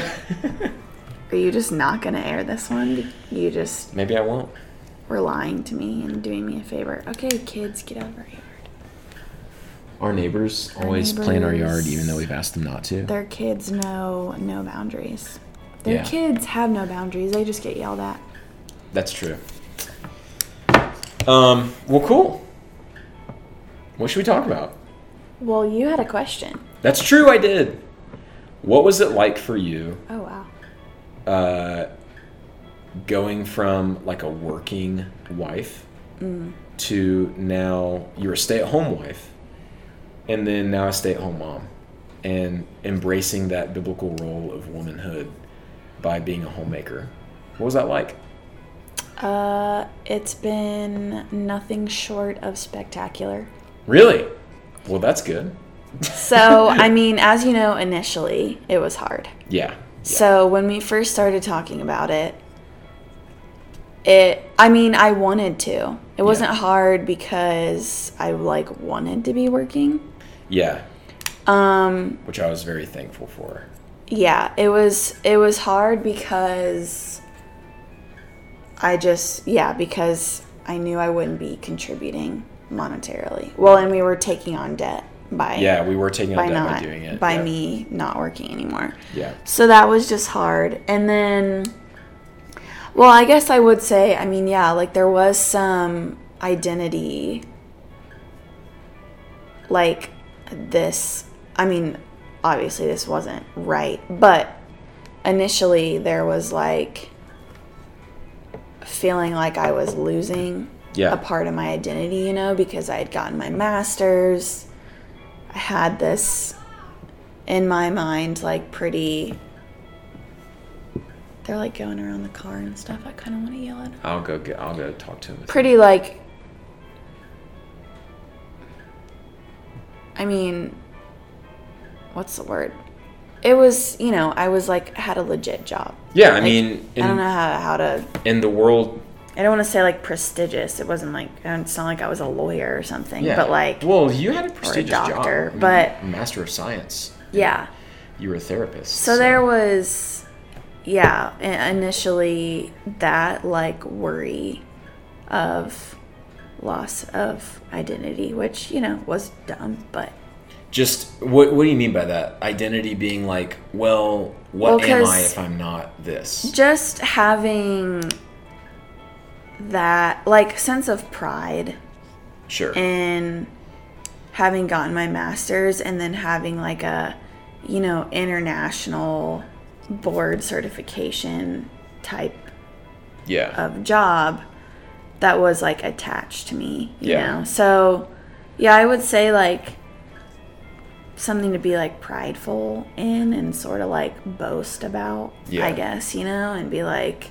Speaker 2: [laughs]
Speaker 3: Are you just not gonna air this one? You just
Speaker 2: Maybe I won't.
Speaker 3: were lying to me and doing me a favor. Okay, kids, get out of our yard.
Speaker 2: Our neighbors always play in our yard,
Speaker 3: neighbors.
Speaker 2: even though we've asked them not to.
Speaker 3: Their kids know no boundaries. Their
Speaker 2: Yeah.
Speaker 3: kids have no boundaries. They just get yelled at.
Speaker 2: That's true. Um, well, cool. What should we talk about?
Speaker 3: Well, you had a question.
Speaker 2: That's true, I did. What was it like for you
Speaker 3: Oh wow.
Speaker 2: uh, going from like a working wife to now you're a stay at home wife and then now a stay at home mom and embracing that biblical role of womanhood by being a homemaker? What was that like?
Speaker 3: Uh, it's been nothing short of spectacular.
Speaker 2: Really? Well, that's good. [laughs]
Speaker 3: So, I mean, as you know, initially it was hard.
Speaker 2: Yeah.
Speaker 3: So when we first started talking about it, it I mean, I wanted to. It wasn't hard because I like wanted to be working.
Speaker 2: Yeah.
Speaker 3: Um
Speaker 2: which I was very thankful for.
Speaker 3: yeah, it was it was hard because I just yeah, because I knew I wouldn't be contributing monetarily. Well, and we were taking on debt by
Speaker 2: Yeah, we were taking a
Speaker 3: by
Speaker 2: debt
Speaker 3: not
Speaker 2: by doing it.
Speaker 3: by
Speaker 2: yeah.
Speaker 3: me not working anymore.
Speaker 2: Yeah.
Speaker 3: So that was just hard. And then, well, I guess I would say, I mean, yeah, like there was some identity, like this. I mean, obviously this wasn't right, but initially there was like feeling like I was losing
Speaker 2: Yeah.
Speaker 3: a part of my identity, you know, because I had gotten my master's. I had this in my mind, like pretty. They're like going around the car and stuff. I kind of want to yell at them.
Speaker 2: I'll go get. I'll go talk to him.
Speaker 3: Pretty like. I mean, what's the word? It was, you know, I was like had a legit job.
Speaker 2: Yeah, I mean, in,
Speaker 3: I don't know how, how to.
Speaker 2: in the world,
Speaker 3: I don't want to say like prestigious. It wasn't like it's not like I was a lawyer or something.
Speaker 2: yeah.
Speaker 3: But like,
Speaker 2: well, you had a prestigious
Speaker 3: doctor,
Speaker 2: job, I mean,
Speaker 3: but-
Speaker 2: master of science.
Speaker 3: yeah.
Speaker 2: You were a therapist.
Speaker 3: So there was, yeah, i- initially that like worry of loss of identity, which, you know, was dumb, but.
Speaker 2: Just what? What do you mean by that? Identity being like, well, what
Speaker 3: Well,
Speaker 2: am
Speaker 3: 'cause-
Speaker 2: I if I'm not this?
Speaker 3: just having that like sense of pride
Speaker 2: Sure.
Speaker 3: in having gotten my masters and then having like a you know international board certification type
Speaker 2: yeah.
Speaker 3: of job that was like attached to me you
Speaker 2: Yeah.
Speaker 3: know so yeah i would say like something to be like prideful in and sort of like boast about,
Speaker 2: Yeah.
Speaker 3: I guess, you know, and be like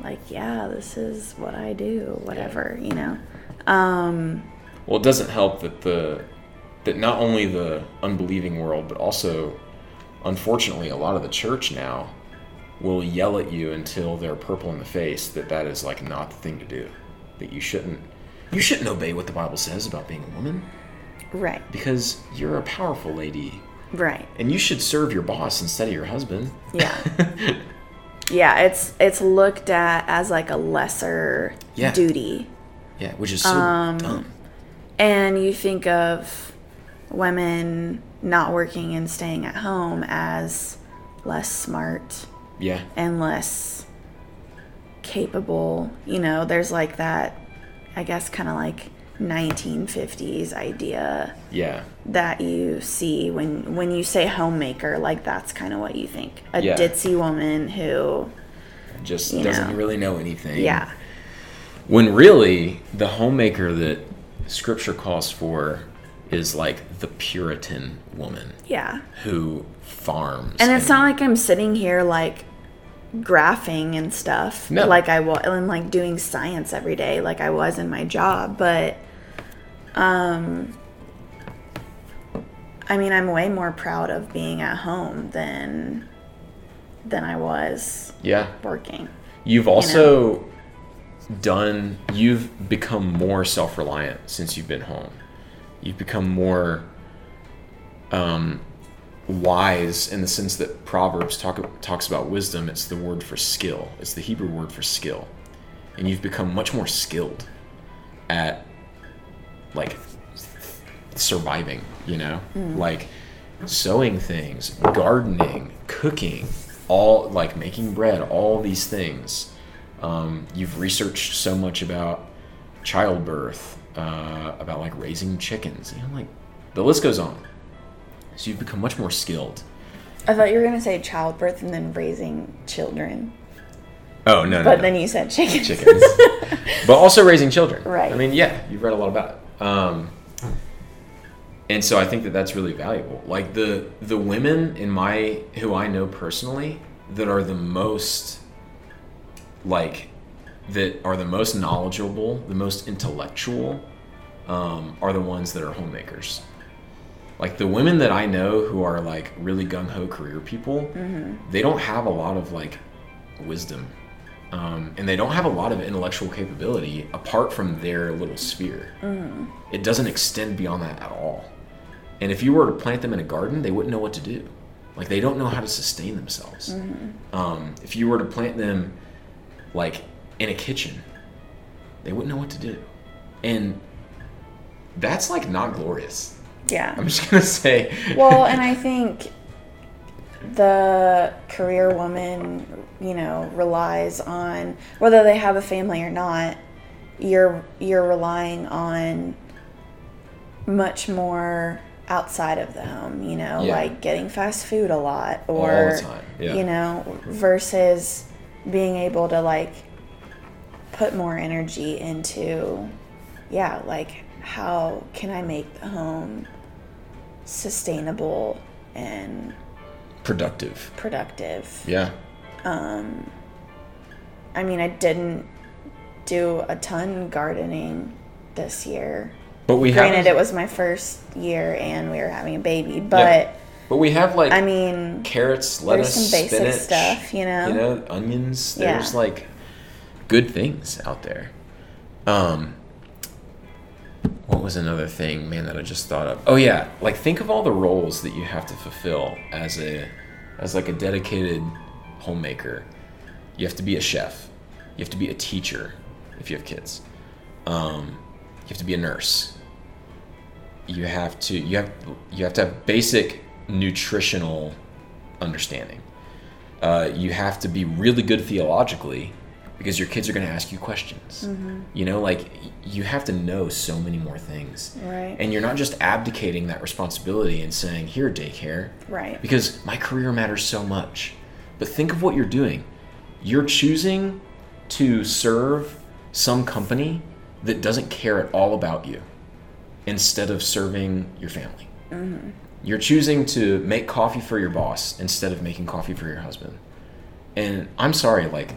Speaker 3: like yeah, this is what I do, whatever, you know. Um
Speaker 2: Well, it doesn't help that the that not only the unbelieving world, but also, unfortunately, a lot of the church now will yell at you until they're purple in the face that that is like not the thing to do. That you shouldn't you shouldn't obey what the Bible says about being a woman
Speaker 3: right,
Speaker 2: because you're a powerful lady
Speaker 3: right.
Speaker 2: and you should serve your boss instead of your husband.
Speaker 3: Yeah. yeah, it's it's looked at as like a lesser
Speaker 2: Yeah.
Speaker 3: duty.
Speaker 2: [laughs] Yeah, which is so
Speaker 3: Um,
Speaker 2: dumb.
Speaker 3: And you think of women not working and staying at home as less smart
Speaker 2: Yeah.
Speaker 3: and less capable. You know, there's like that I guess kind of like 1950s idea
Speaker 2: Yeah.
Speaker 3: that you see when when you say homemaker like that's kind of what you think a
Speaker 2: Yeah.
Speaker 3: ditzy woman who
Speaker 2: Just
Speaker 3: You
Speaker 2: doesn't
Speaker 3: know.
Speaker 2: really know anything.
Speaker 3: yeah
Speaker 2: When really, the homemaker that scripture calls for is like the Puritan woman
Speaker 3: yeah
Speaker 2: who farms.
Speaker 3: And it's not like I'm sitting here like graphing and stuff
Speaker 2: No.
Speaker 3: like I was and like doing science every day like I was in my job, but um I mean, I'm way more proud of being at home than than I was
Speaker 2: Yeah.
Speaker 3: working.
Speaker 2: You've also done, you've become more self reliant since you've been home. You've become more um, wise in the sense that Proverbs talk, talks about wisdom. It's the word for skill, it's the Hebrew word for skill. And you've become much more skilled at like surviving, you know? Like sewing things, gardening, cooking, all like making bread, all these things. Um, you've researched so much about childbirth, uh, about like raising chickens, you know, like the list goes on. So you've become much more skilled.
Speaker 3: I thought you were gonna say childbirth and then raising children,
Speaker 2: Oh no, no,
Speaker 3: but
Speaker 2: no.
Speaker 3: then you said chickens.
Speaker 2: chickens, but also raising children.
Speaker 3: Right.
Speaker 2: I mean, yeah, you've read a lot about it. Um, and so I think that that's really valuable. Like the the women in my who I know personally that are the most like that are the most knowledgeable, the most intellectual, um, are the ones that are homemakers. Like the women that I know who are like really gung ho career people, they don't have a lot of like wisdom um, and they don't have a lot of intellectual capability apart from their little sphere. It doesn't extend beyond that at all. And if you were to plant them in a garden, they wouldn't know what to do. Like they don't know how to sustain themselves. Um, if you were to plant them, like in a kitchen, they wouldn't know what to do. And that's like not glorious.
Speaker 3: [laughs]
Speaker 2: [laughs]
Speaker 3: Yeah.
Speaker 2: I'm just gonna say.
Speaker 3: well, and I think the career woman, you know, relies on whether they have a family or not. You're you're relying on much more outside of the home, you know,
Speaker 2: Yeah.
Speaker 3: like getting fast food a lot
Speaker 2: All
Speaker 3: or
Speaker 2: the time, yeah.
Speaker 3: you know, versus being able to like put more energy into yeah, like how can I make the home sustainable and
Speaker 2: [laughs] productive.
Speaker 3: productive.
Speaker 2: Yeah.
Speaker 3: I mean, I didn't do a ton gardening this year.
Speaker 2: But we
Speaker 3: Granted,
Speaker 2: have.
Speaker 3: it was my first year and we were having a baby, but
Speaker 2: But we have like.
Speaker 3: I mean,
Speaker 2: carrots,
Speaker 3: there's
Speaker 2: lettuce,
Speaker 3: some basic
Speaker 2: spinach,
Speaker 3: stuff, you know?
Speaker 2: you know, onions.
Speaker 3: Yeah.
Speaker 2: There's like good things out there. Um, what was another thing, man, that I just thought of? Oh yeah, like think of all the roles that you have to fulfill as a as like a dedicated homemaker. You have to be a chef. You have to be a teacher if you have kids. Um, you have to be a nurse you have to you have you have to have basic nutritional understanding. Uh, you have to be really good theologically because your kids are going to ask you questions. You know, like y- you have to know so many more things,
Speaker 3: Right.
Speaker 2: and you're not just abdicating that responsibility and saying, "Here, daycare,"
Speaker 3: Right.
Speaker 2: Because my career matters so much. But think of what you're doing. You're choosing to serve some company that doesn't care at all about you instead of serving your family.
Speaker 3: Mm-hmm.
Speaker 2: You're choosing to make coffee for your boss instead of making coffee for your husband. And I'm sorry, like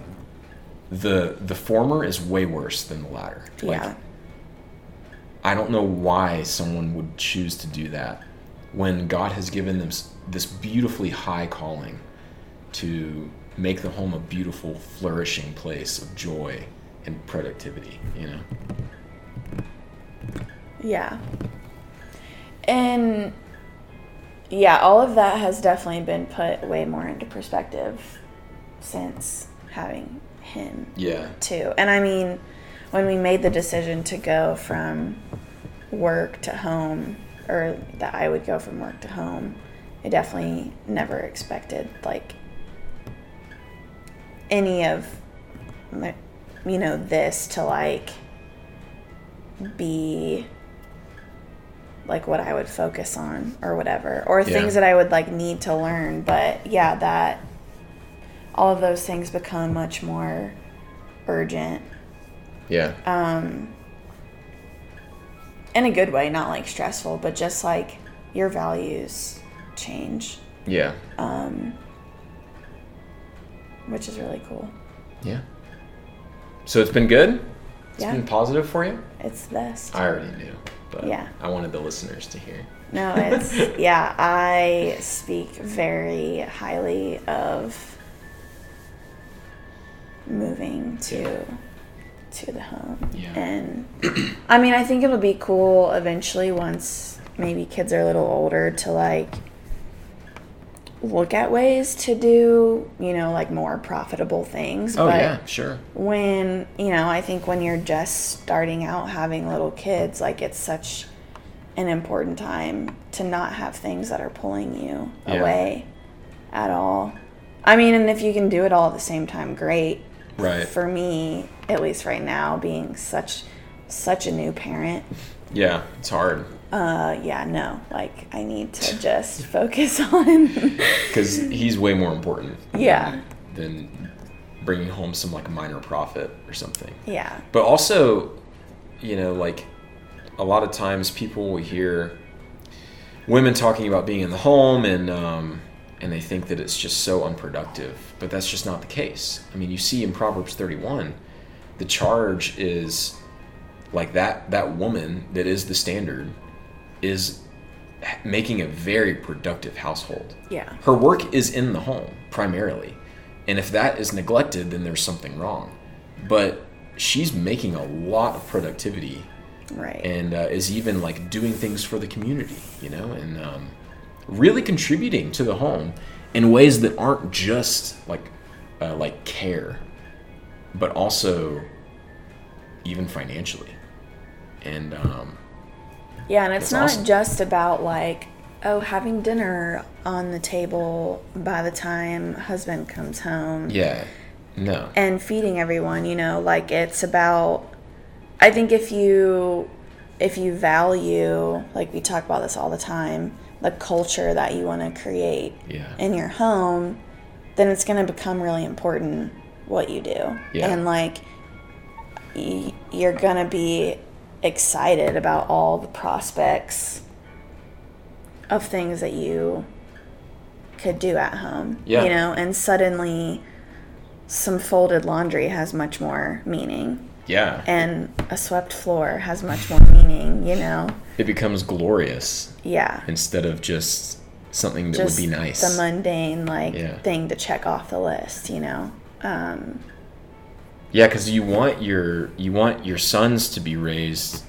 Speaker 2: the the former is way worse than the latter. Like,
Speaker 3: yeah.
Speaker 2: I don't know why someone would choose to do that when God has given them s- this beautifully high calling to make the home a beautiful, flourishing place of joy and productivity. You know,
Speaker 3: Yeah. And yeah, all of that has definitely been put way more into perspective since having him
Speaker 2: yeah,
Speaker 3: too. And I mean, when we made the decision to go from work to home, or that I would go from work to home, I definitely never expected like any of like, you know this to like be like what I would focus on or whatever or things that I would like need to learn but yeah that all of those things become much more urgent
Speaker 2: yeah,
Speaker 3: Um, in a good way, not like stressful, but just like your values change,
Speaker 2: yeah,
Speaker 3: uh, which is really cool.
Speaker 2: yeah. So it's been good. It's
Speaker 3: Yeah,
Speaker 2: been positive for you.
Speaker 3: it's the best.
Speaker 2: I already knew, but
Speaker 3: Yeah.
Speaker 2: I wanted the listeners to hear.
Speaker 3: No,
Speaker 2: [laughs]
Speaker 3: it's yeah. I speak very highly of moving to to the home,
Speaker 2: Yeah.
Speaker 3: and I mean, I think it'll be cool eventually once maybe kids are a little older to like look at ways to do you know like more profitable things.
Speaker 2: Oh
Speaker 3: but
Speaker 2: yeah, sure.
Speaker 3: when you know i think when you're just starting out having little kids like it's such an important time to not have things that are pulling you
Speaker 2: Yeah.
Speaker 3: away at all i mean and if you can do it all at the same time great
Speaker 2: Right.
Speaker 3: for me at least right now being such such a new parent
Speaker 2: Yeah, it's hard
Speaker 3: uh yeah no like i need
Speaker 2: [laughs]
Speaker 3: to just focus [laughs] on
Speaker 2: because he's way more important.
Speaker 3: Yeah.
Speaker 2: Than bringing home some like minor profit or something.
Speaker 3: yeah
Speaker 2: But also, you know, like a lot of times people will hear women talking about being in the home and um, and they think that it's just so unproductive, but that's just not the case. I mean, you see in Proverbs 31, the charge is like that that woman that is the standard is h- making a very productive household.
Speaker 3: yeah
Speaker 2: Her work is in the home primarily. And if that is neglected, then there's something wrong. But she's making a lot of productivity
Speaker 3: right
Speaker 2: and uh, is even like doing things for the community, you know, and um, really contributing to the home in ways that aren't just like uh, like care, but also even financially. And um,
Speaker 3: Yeah, and it's
Speaker 2: That's
Speaker 3: not
Speaker 2: awesome.
Speaker 3: just about like, oh, having dinner on the table by the time husband comes home
Speaker 2: yeah, no,
Speaker 3: and feeding everyone, you know, like it's about I think if you if you value, like we talk about this all the time, the culture that you want to create
Speaker 2: yeah,
Speaker 3: in your home, then it's going to become really important what you do.
Speaker 2: Yeah.
Speaker 3: And like y- you're going to be excited about all the prospects of things that you could do at home.
Speaker 2: Yeah.
Speaker 3: You know, and suddenly some folded laundry has much more meaning
Speaker 2: yeah.
Speaker 3: and a swept floor has much more meaning, you know.
Speaker 2: it becomes glorious
Speaker 3: Yeah.
Speaker 2: instead of just something that
Speaker 3: just
Speaker 2: would be nice.
Speaker 3: the mundane like
Speaker 2: Yeah.
Speaker 3: thing to check off the list you know Um,
Speaker 2: yeah, because you want your you want your sons to be raised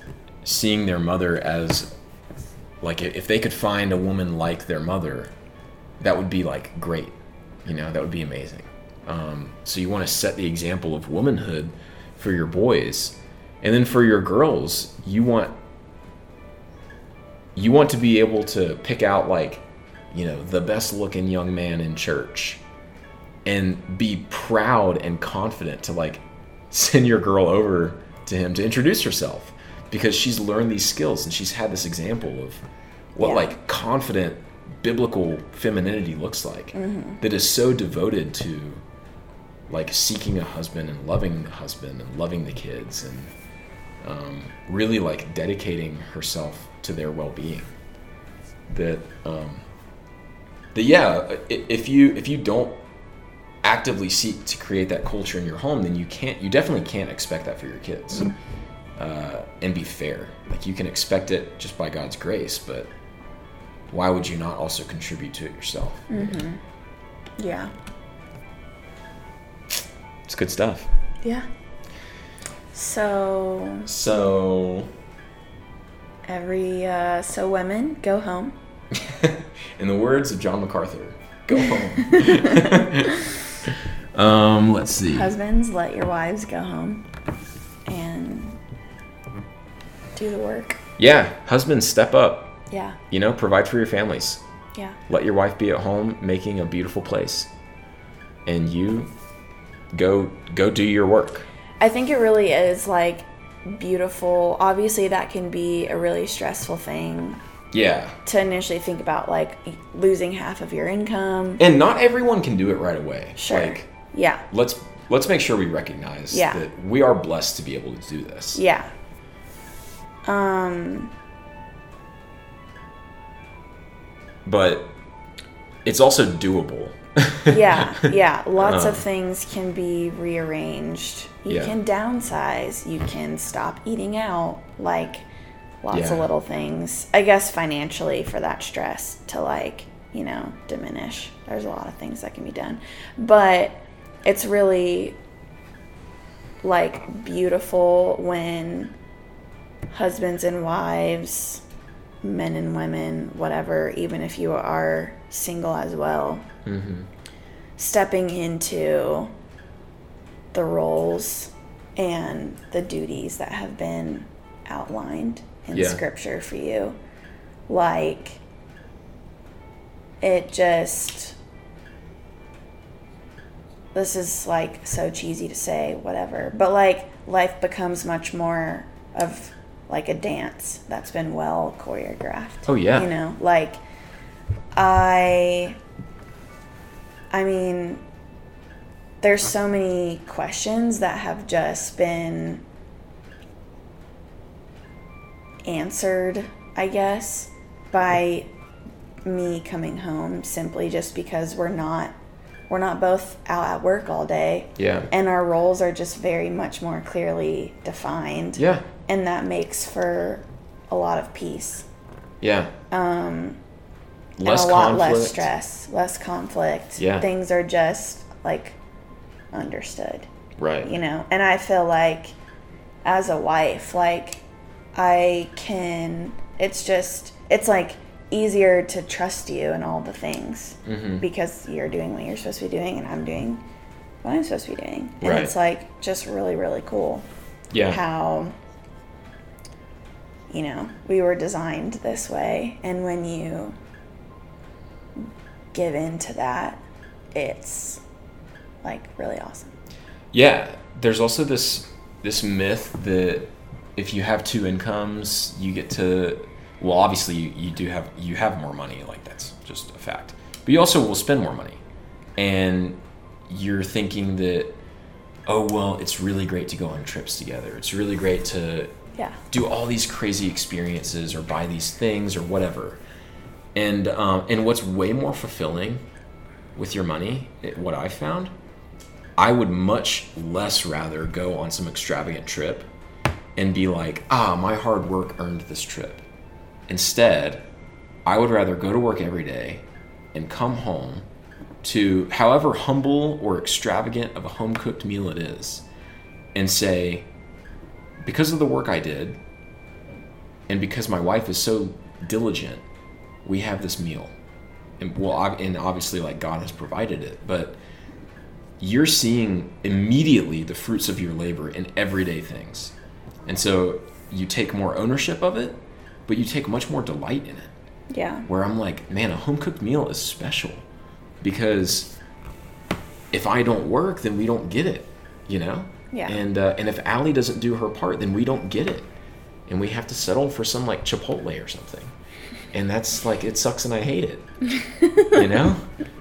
Speaker 2: seeing their mother as like i- if they could find a woman like their mother, that would be like great. You know, that would be amazing. Um, so you want to set the example of womanhood for your boys, and then for your girls, you want you want to be able to pick out like you know the best looking young man in church and be proud and confident to like send your girl over to him to introduce herself because she's learned these skills and she's had this example of what
Speaker 3: Yeah.
Speaker 2: like confident biblical femininity looks like that is so devoted to like seeking a husband and loving the husband and loving the kids and um, really like dedicating herself to their well-being. That um, that yeah, i- if you if you don't actively seek to create that culture in your home, then you can't you definitely can't expect that for your kids. Uh, and be fair. Like you can expect it just by God's grace, but why would you not also contribute to it yourself?
Speaker 3: Yeah.
Speaker 2: It's good stuff.
Speaker 3: Yeah. So
Speaker 2: So,
Speaker 3: every uh, so women go home.
Speaker 2: in the words of John MacArthur, go home. [laughs] um, let's see.
Speaker 3: Husbands, let your wives go home and do the work.
Speaker 2: Yeah, husbands, step up.
Speaker 3: Yeah.
Speaker 2: You know, provide for your families.
Speaker 3: Yeah.
Speaker 2: Let your wife be at home making a beautiful place, and you go go do your work.
Speaker 3: I think it really is like beautiful. Obviously, that can be a really stressful thing
Speaker 2: Yeah,
Speaker 3: to initially think about, like losing half of your income.
Speaker 2: and not everyone can do it right away.
Speaker 3: Sure.
Speaker 2: Like,
Speaker 3: yeah.
Speaker 2: let's let's make sure we recognize
Speaker 3: Yeah.
Speaker 2: that we are blessed to be able to do this.
Speaker 3: Yeah. Um.
Speaker 2: But it's also [laughs] doable.
Speaker 3: Yeah. Yeah. Lots of
Speaker 2: Um.
Speaker 3: things can be rearranged. You
Speaker 2: Yeah.
Speaker 3: can downsize. You can stop eating out. Like lots
Speaker 2: Yeah.
Speaker 3: of little things. I guess financially for that stress to like you know diminish. There's a lot of things that can be done, but it's really like beautiful when husbands and wives, men and women, whatever, even if you are single as well, stepping into the roles and the duties that have been outlined in
Speaker 2: Yeah.
Speaker 3: scripture for you. Like, it just. This is like so cheesy to say, whatever. But like, life becomes much more of like a dance that's been well choreographed.
Speaker 2: Oh, yeah.
Speaker 3: You know, like, I. I mean, there's so many questions that have just been answered, I guess, by me coming home simply just because we're not we're not both out at work all day.
Speaker 2: Yeah.
Speaker 3: And our roles are just very much more clearly defined.
Speaker 2: Yeah.
Speaker 3: And that makes for a lot of peace.
Speaker 2: Yeah. Um, less
Speaker 3: and a lot
Speaker 2: conflict.
Speaker 3: less stress, less conflict.
Speaker 2: Yeah.
Speaker 3: Things are just like understood.
Speaker 2: Right.
Speaker 3: you know and i feel like as a wife like i can it's just it's like easier to trust you in all the things
Speaker 2: Mm-hmm.
Speaker 3: because you're doing what you're supposed to be doing and i'm doing what i'm supposed to be doing and
Speaker 2: Right.
Speaker 3: it's like just really really cool
Speaker 2: yeah.
Speaker 3: how you know we were designed this way and when you give in to that it's like really awesome
Speaker 2: Yeah. There's also this this myth that if you have two incomes, you get to well, obviously you, you do have you have more money, like that's just a fact. But you also will spend more money. And you're thinking that oh well, it's really great to go on trips together. It's really great to
Speaker 3: yeah
Speaker 2: do all these crazy experiences or buy these things or whatever. And um, and what's way more fulfilling with your money, it- what I found, I would much less rather go on some extravagant trip and be like, ah, my hard work earned this trip. Instead, I would rather go to work every day and come home to however humble or extravagant of a home cooked meal it is and say, because of the work I did, and because my wife is so diligent, we have this meal. And well, ob- and obviously, like God has provided it, but you're seeing immediately the fruits of your labor in everyday things, and so you take more ownership of it, but you take much more delight in it
Speaker 3: Yeah.
Speaker 2: where I'm like, man, a home cooked meal is special because if I don't work, then we don't get it, you know?
Speaker 3: Yeah.
Speaker 2: And uh, and if Allie doesn't do her part, then we don't get it, and we have to settle for some like Chipotle or something, and that's like it sucks and I hate
Speaker 3: [laughs]
Speaker 2: it, you know?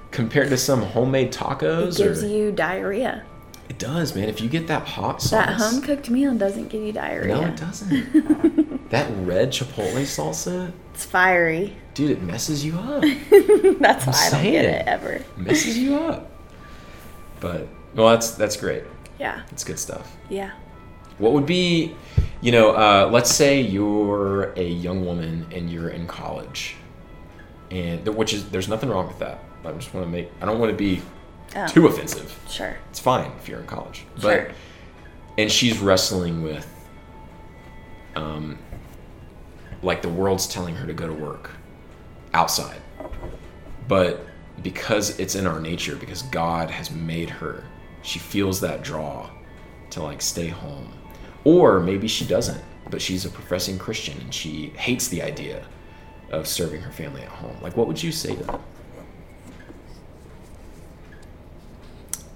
Speaker 2: Compared to some homemade tacos
Speaker 3: Gives
Speaker 2: or
Speaker 3: you diarrhea.
Speaker 2: It does, man. If you get that hot sauce,
Speaker 3: That home cooked meal doesn't give you diarrhea.
Speaker 2: no, it doesn't. that red chipotle salsa,
Speaker 3: It's fiery. [laughs]
Speaker 2: dude, it messes you up.
Speaker 3: That's why I don't get
Speaker 2: saying.
Speaker 3: it ever.
Speaker 2: messes you up. But well, that's that's great.
Speaker 3: Yeah.
Speaker 2: That's good stuff.
Speaker 3: Yeah.
Speaker 2: What would be, you know, uh, let's say you're a young woman and you're in college, and there- which is there's nothing wrong with that. I just want to make I don't want to be
Speaker 3: Oh,
Speaker 2: too offensive.
Speaker 3: Sure.
Speaker 2: It's fine if you're in college, but
Speaker 3: Sure.
Speaker 2: and she's wrestling with, um, like the world's telling her to go to work outside, but because it's in our nature, because God has made her, she feels that draw to like stay home, or maybe she doesn't, but she's a professing Christian and she hates the idea of serving her family at home. Like, what would you say to that?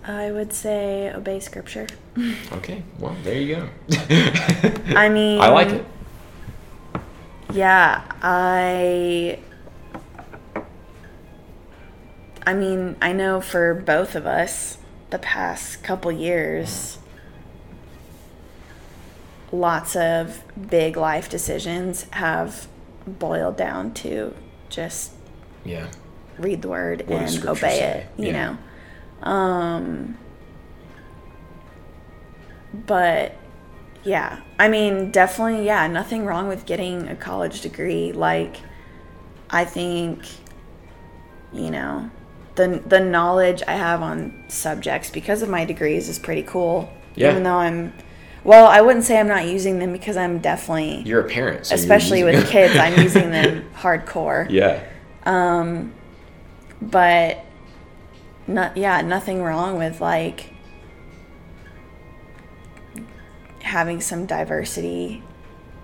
Speaker 3: I would say obey scripture.
Speaker 2: Okay, well, there you go. [laughs]
Speaker 3: I mean, [laughs]
Speaker 2: I like it.
Speaker 3: Yeah, I. I mean, I know for both of us, the past couple years, lots of big life decisions have boiled down to just
Speaker 2: Yeah.
Speaker 3: read the word
Speaker 2: What does
Speaker 3: and
Speaker 2: Scripture
Speaker 3: obey
Speaker 2: say?
Speaker 3: it, you
Speaker 2: Yeah.
Speaker 3: know. Um, but yeah, I mean, definitely, yeah, nothing wrong with getting a college degree. Like, I think, you know, the the knowledge I have on subjects because of my degrees is pretty cool.
Speaker 2: Yeah.
Speaker 3: Even though I'm, well, I wouldn't say I'm not using them because I'm definitely,
Speaker 2: You're a parent, so you're
Speaker 3: especially
Speaker 2: using-
Speaker 3: with kids, I'm using
Speaker 2: [laughs]
Speaker 3: them hardcore
Speaker 2: yeah.
Speaker 3: but not yeah nothing wrong with like having some diversity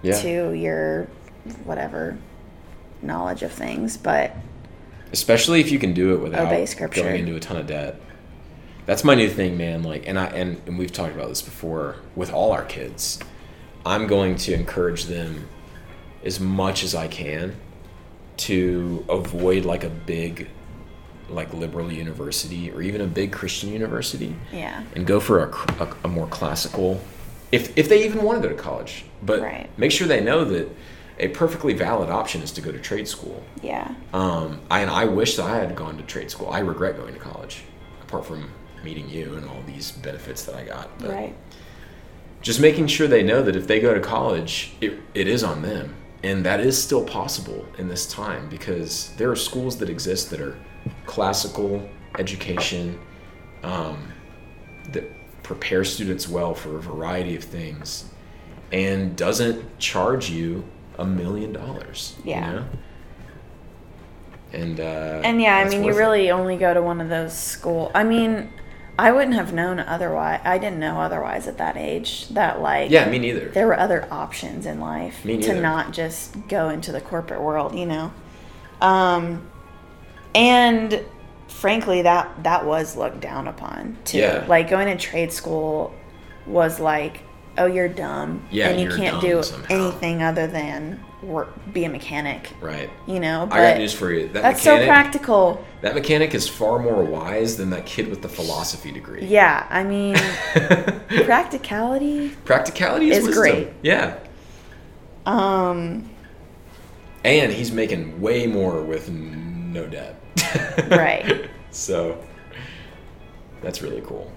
Speaker 2: Yeah.
Speaker 3: to your whatever knowledge of things but
Speaker 2: Especially if you can do it without
Speaker 3: Obey scripture.
Speaker 2: going into a ton of debt. That's my new thing, man. Like, and I and, and we've talked about this before with all our kids. I'm going to encourage them as much as I can to avoid like a big, like liberal university or even a big Christian university.
Speaker 3: yeah
Speaker 2: and go for a, cr- a, a more classical, if, if they even want to go to college. But
Speaker 3: Right.
Speaker 2: make sure they know that a perfectly valid option is to go to trade school.
Speaker 3: yeah
Speaker 2: Um, I, and I wish that I had gone to trade school. I regret going to college, apart from meeting you and all these benefits that I got. But
Speaker 3: right
Speaker 2: just making sure they know that if they go to college, it, it is on them. And that is still possible in this time because there are schools that exist that are classical education um, that prepare students well for a variety of things and doesn't charge you a million dollars. you
Speaker 3: Yeah.
Speaker 2: know? And uh,
Speaker 3: and yeah i
Speaker 2: that's
Speaker 3: mean you
Speaker 2: worth it.
Speaker 3: really only go to one of those school i mean i wouldn't have known otherwise i didn't know otherwise at that age that like
Speaker 2: yeah me neither.
Speaker 3: there were other options in life
Speaker 2: Me
Speaker 3: to
Speaker 2: neither.
Speaker 3: not just go into the corporate world, you know. Um, and frankly, that that was looked down upon too.
Speaker 2: Yeah.
Speaker 3: Like going to trade school was like, oh, you're dumb,
Speaker 2: Yeah,
Speaker 3: and you
Speaker 2: you're
Speaker 3: can't
Speaker 2: dumb
Speaker 3: do
Speaker 2: somehow.
Speaker 3: anything other than work, be a mechanic,
Speaker 2: right.
Speaker 3: you know. But
Speaker 2: I got news for you. That
Speaker 3: that's so
Speaker 2: mechanic,
Speaker 3: practical.
Speaker 2: That mechanic is far more wise than that kid with the philosophy degree.
Speaker 3: Yeah, I mean, [laughs] practicality.
Speaker 2: [laughs] Practicality is,
Speaker 3: Is
Speaker 2: wisdom.
Speaker 3: great.
Speaker 2: Yeah.
Speaker 3: Um,
Speaker 2: And he's making way more with no debt. [laughs]
Speaker 3: Right.
Speaker 2: So that's really cool.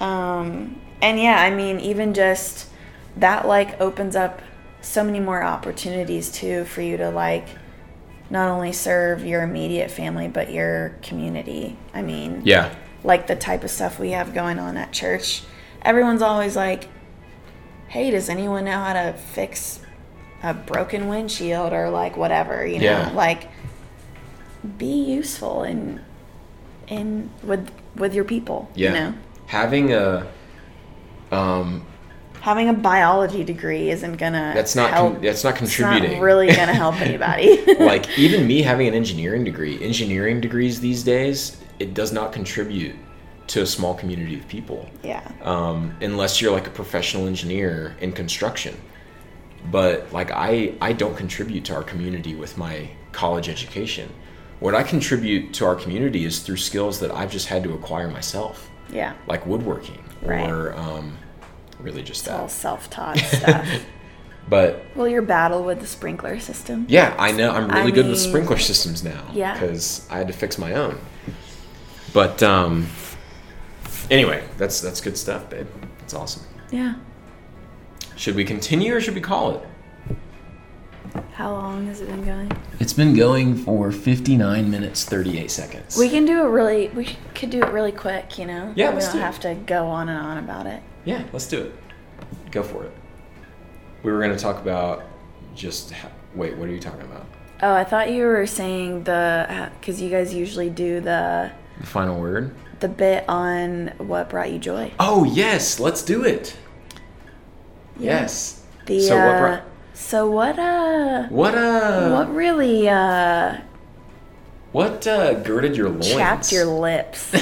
Speaker 3: Um, and yeah, I mean, even just that like opens up so many more opportunities too for you to like not only serve your immediate family but your community. I mean,
Speaker 2: Yeah.
Speaker 3: like the type of stuff we have going on at church. Everyone's always like, "Hey, does anyone know how to fix a broken windshield or like whatever?" You know,
Speaker 2: Yeah.
Speaker 3: like be useful and in with with your people.
Speaker 2: Yeah.
Speaker 3: You know.
Speaker 2: Having a um
Speaker 3: having a biology degree isn't gonna
Speaker 2: that's not
Speaker 3: help.
Speaker 2: con- that's not
Speaker 3: it's not
Speaker 2: contributing.
Speaker 3: really
Speaker 2: [laughs]
Speaker 3: gonna help anybody
Speaker 2: like [laughs] even me having an engineering degree, engineering degrees these days, it does not contribute to a small community of people.
Speaker 3: [laughs] yeah
Speaker 2: um, unless you're like a professional engineer in construction. But like I, I don't contribute to our community with my college education. What I contribute to our community is through skills that I've just had to acquire myself.
Speaker 3: Yeah.
Speaker 2: like woodworking
Speaker 3: Right.
Speaker 2: or um, really just
Speaker 3: It's all
Speaker 2: that.
Speaker 3: self taught
Speaker 2: [laughs]
Speaker 3: stuff.
Speaker 2: But
Speaker 3: well, your battle with the sprinkler system.
Speaker 2: yeah, I know I'm really
Speaker 3: I
Speaker 2: good with
Speaker 3: mean-
Speaker 2: sprinkler systems now.
Speaker 3: Yeah.
Speaker 2: because I had to fix my own. But um, anyway, that's that's good stuff, babe. That's awesome.
Speaker 3: Yeah.
Speaker 2: Should we continue or should we call it?
Speaker 3: How long has it been going?
Speaker 2: It's been going for 59 minutes 38 seconds.
Speaker 3: We can do it really. We sh- could do it really quick, you know.
Speaker 2: Yeah,
Speaker 3: We
Speaker 2: let's
Speaker 3: don't
Speaker 2: do it.
Speaker 3: have to go on and on about it.
Speaker 2: Yeah, let's do it. Go for it. We were going to talk about just ha- wait, what are you talking about?
Speaker 3: Oh, I thought you were saying the because you guys usually do the
Speaker 2: The final word?
Speaker 3: the bit on what brought you joy.
Speaker 2: Oh, yes, let's do it. Yes.
Speaker 3: The
Speaker 2: So what
Speaker 3: uh,
Speaker 2: brought-
Speaker 3: so what uh
Speaker 2: What uh
Speaker 3: what really uh
Speaker 2: what uh girded your loins?
Speaker 3: chapped your lips?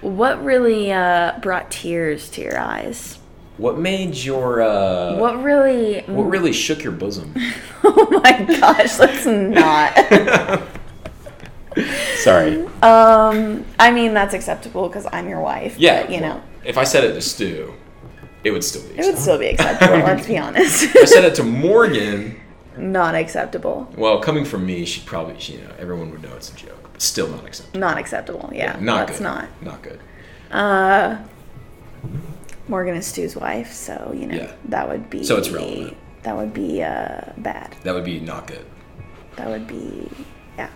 Speaker 3: what really uh brought tears to your eyes?
Speaker 2: What made your uh what,
Speaker 3: What really?
Speaker 2: really shook your bosom?
Speaker 3: [laughs] Oh my gosh, let's not.
Speaker 2: [laughs]
Speaker 3: [laughs]
Speaker 2: Sorry.
Speaker 3: um, I mean that's acceptable because I'm your wife.
Speaker 2: Yeah.
Speaker 3: but, you know,
Speaker 2: If I said it to Stu, it would still be.
Speaker 3: it would
Speaker 2: [laughs]
Speaker 3: still be acceptable. let's be honest.
Speaker 2: if [laughs] I said it to Morgan,
Speaker 3: [laughs] not acceptable.
Speaker 2: Well, coming from me, she probably, she, you know, everyone would know it's a joke. But still not acceptable.
Speaker 3: Not acceptable. Yeah.
Speaker 2: Not
Speaker 3: that's
Speaker 2: good.
Speaker 3: not.
Speaker 2: Not good.
Speaker 3: Morgan is Stu's wife, so you know
Speaker 2: Yeah.
Speaker 3: that would be.
Speaker 2: So it's relevant.
Speaker 3: That would be uh, bad.
Speaker 2: That would be not good.
Speaker 3: That would be
Speaker 2: [laughs]
Speaker 3: yeah.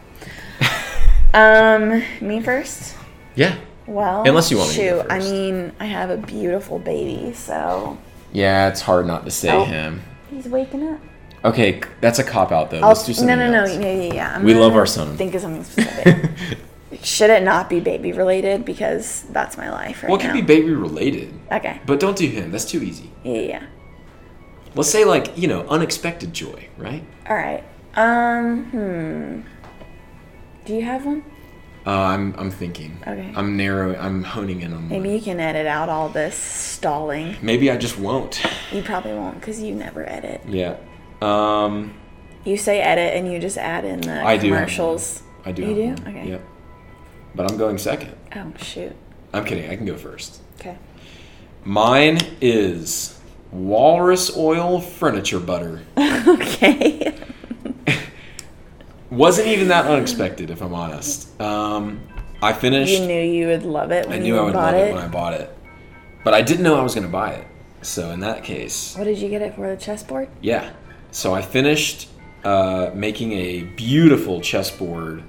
Speaker 3: um, me first.
Speaker 2: Yeah.
Speaker 3: Well,
Speaker 2: Unless you want me
Speaker 3: shoot,
Speaker 2: to go
Speaker 3: I
Speaker 2: first.
Speaker 3: mean, I have a beautiful baby, so
Speaker 2: Yeah, it's hard not to say
Speaker 3: Oh.
Speaker 2: him.
Speaker 3: he's waking up.
Speaker 2: Okay, c- that's a cop out though.
Speaker 3: I'll-
Speaker 2: Let's do something
Speaker 3: No, no,
Speaker 2: else.
Speaker 3: no. Yeah, yeah, yeah. I'm
Speaker 2: We
Speaker 3: gonna
Speaker 2: love our son.
Speaker 3: Think of something
Speaker 2: [laughs]
Speaker 3: specific. Should it not be baby related because that's my life right
Speaker 2: Well, it could
Speaker 3: now?
Speaker 2: be baby related,
Speaker 3: okay.
Speaker 2: but don't do him. That's too easy.
Speaker 3: Yeah, yeah. yeah.
Speaker 2: Let's say like you know unexpected joy, right?
Speaker 3: All right. Um. Hmm. Do you have one?
Speaker 2: Uh, I'm I'm thinking.
Speaker 3: Okay.
Speaker 2: I'm narrowing. I'm honing in on.
Speaker 3: Maybe
Speaker 2: Maybe.
Speaker 3: you can edit out all this stalling.
Speaker 2: Maybe I just won't. [laughs]
Speaker 3: You probably won't because you never edit.
Speaker 2: Yeah. Um.
Speaker 3: You say edit and you just add in the
Speaker 2: I do have
Speaker 3: commercials.
Speaker 2: I do.
Speaker 3: You
Speaker 2: have
Speaker 3: do?
Speaker 2: one.
Speaker 3: Okay.
Speaker 2: Yep. But I'm going second.
Speaker 3: Oh shoot.
Speaker 2: I'm kidding. I can go first.
Speaker 3: Okay. [laughs]
Speaker 2: Mine is walrus oil furniture butter.
Speaker 3: okay.
Speaker 2: Wasn't even that unexpected, if I'm honest. Um, I
Speaker 3: you
Speaker 2: finished.
Speaker 3: knew you would love it
Speaker 2: I
Speaker 3: when
Speaker 2: knew
Speaker 3: you
Speaker 2: I would
Speaker 3: bought
Speaker 2: love
Speaker 3: it.
Speaker 2: it when I bought it, but I didn't know I was going to buy it. So in that case,
Speaker 3: What did you get it for? The chessboard?
Speaker 2: yeah. So I finished uh, making a beautiful chessboard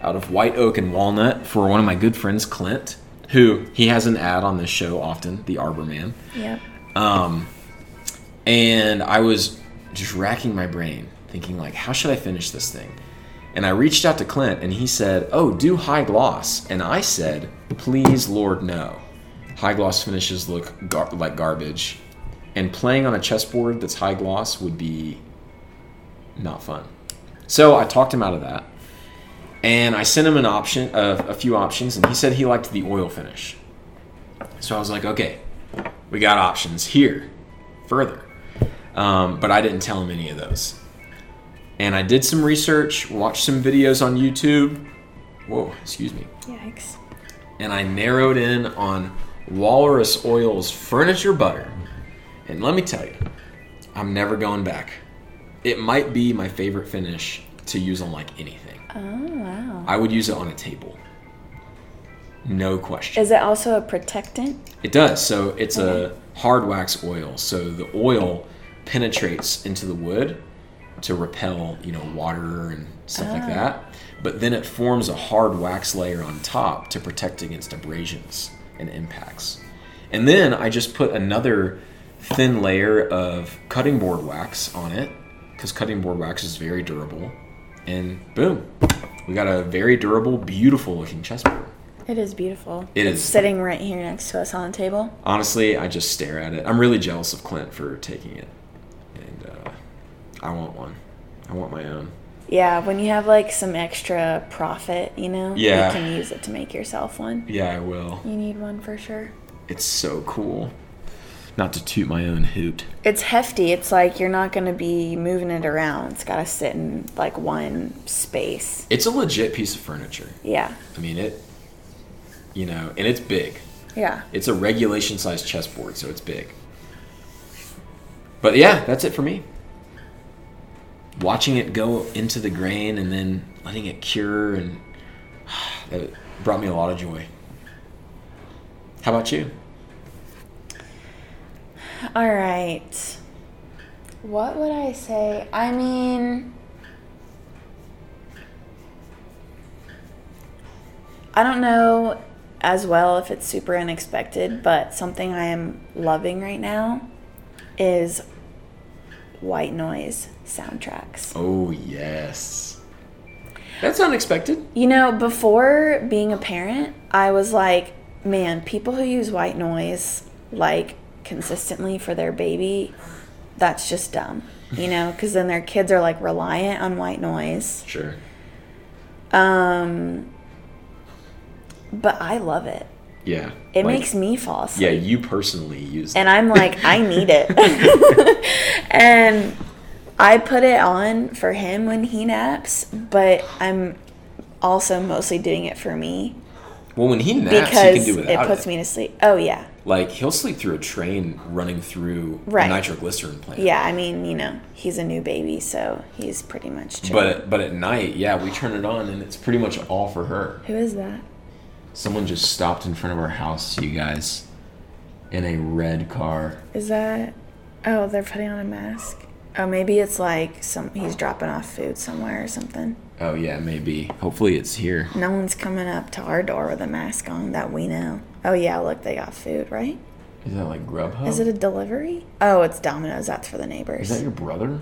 Speaker 2: out of white oak and walnut for one of my good friends, Clint, who he has an ad on this show often, the Arbor Man.
Speaker 3: Yep.
Speaker 2: Um, and I was just racking my brain, thinking like, how should I finish this thing? And I reached out to Clint, and he said, "Oh, do high gloss." And I said, "Please, Lord, no. High gloss finishes look gar- like garbage, and playing on a chessboard that's high gloss would be not fun." So I talked him out of that, and I sent him an option, uh, a few options, and he said he liked the oil finish. So I was like, "Okay, we got options here further um, but i didn't tell him any of those and i did some research watched some videos on youtube whoa excuse me
Speaker 3: Yikes.
Speaker 2: and i narrowed in on walrus oil's furniture butter and let me tell you i'm never going back it might be my favorite finish to use on like anything
Speaker 3: Oh wow.
Speaker 2: i would use it on a table no question
Speaker 3: Is it also a protectant?
Speaker 2: It does. So it's a hard wax oil. So the oil penetrates into the wood to repel, you know, water and stuff like that. But then it forms a hard wax layer on top to protect against abrasions and impacts. And then I just put another thin layer of cutting board wax on it because cutting board wax is very durable. And boom, we got a very durable, beautiful looking chessboard.
Speaker 3: It is beautiful.
Speaker 2: It
Speaker 3: it's
Speaker 2: is.
Speaker 3: sitting right here next to us on the table.
Speaker 2: honestly, I just stare at it. I'm really jealous of Clint for taking it, and uh, I want one. I want my own.
Speaker 3: Yeah, when you have like some extra profit, you know,
Speaker 2: Yeah.
Speaker 3: you can use it to make yourself one.
Speaker 2: Yeah, I will.
Speaker 3: You need one for sure.
Speaker 2: It's so cool. Not to toot my own hoot.
Speaker 3: It's hefty. It's like you're not going to be moving it around. It's got to sit in like one space.
Speaker 2: It's a legit piece of furniture.
Speaker 3: Yeah.
Speaker 2: I mean, it you know, and it's big.
Speaker 3: Yeah.
Speaker 2: It's a regulation sized chessboard, so it's big. But yeah, that's it for me. Watching it go into the grain and then letting it cure and [sighs] that brought me a lot of joy. How about you?
Speaker 3: All right. What would I say? I mean, I don't know as well if it's super unexpected, but something I am loving right now is white noise soundtracks.
Speaker 2: Oh yes. That's unexpected.
Speaker 3: You know, before being a parent, I was like, man, people who use white noise like consistently for their baby, that's just dumb. You know, because then their kids are like reliant on white noise.
Speaker 2: Sure.
Speaker 3: Um, but I love it.
Speaker 2: Yeah.
Speaker 3: It
Speaker 2: Like,
Speaker 3: makes me fall asleep.
Speaker 2: Yeah, you personally use
Speaker 3: and I'm like, I need it. and I put it on for him when he naps, but I'm also mostly doing it for me
Speaker 2: Well when he naps he can
Speaker 3: because
Speaker 2: do
Speaker 3: it
Speaker 2: without it.
Speaker 3: puts me to sleep. Oh yeah,
Speaker 2: Like he'll sleep through a train running through
Speaker 3: Right.
Speaker 2: a nitroglycerin plant.
Speaker 3: yeah. I mean, you know, he's a new baby, so he's pretty much. Chill.
Speaker 2: But but at night, yeah, we turn it on and it's pretty much all for her.
Speaker 3: who is that?
Speaker 2: Someone just stopped in front of our house, you guys, in a red car.
Speaker 3: Is that? Oh, they're putting on a mask. Oh, maybe it's like some he's dropping off food somewhere or something.
Speaker 2: Oh yeah, maybe. Hopefully it's here.
Speaker 3: No one's coming up to our door with a mask on that we know. Oh yeah, look, they got food, right?
Speaker 2: Is that like Grubhub?
Speaker 3: Is it a delivery? Oh, it's Domino's. That's for the neighbors.
Speaker 2: Is that your brother?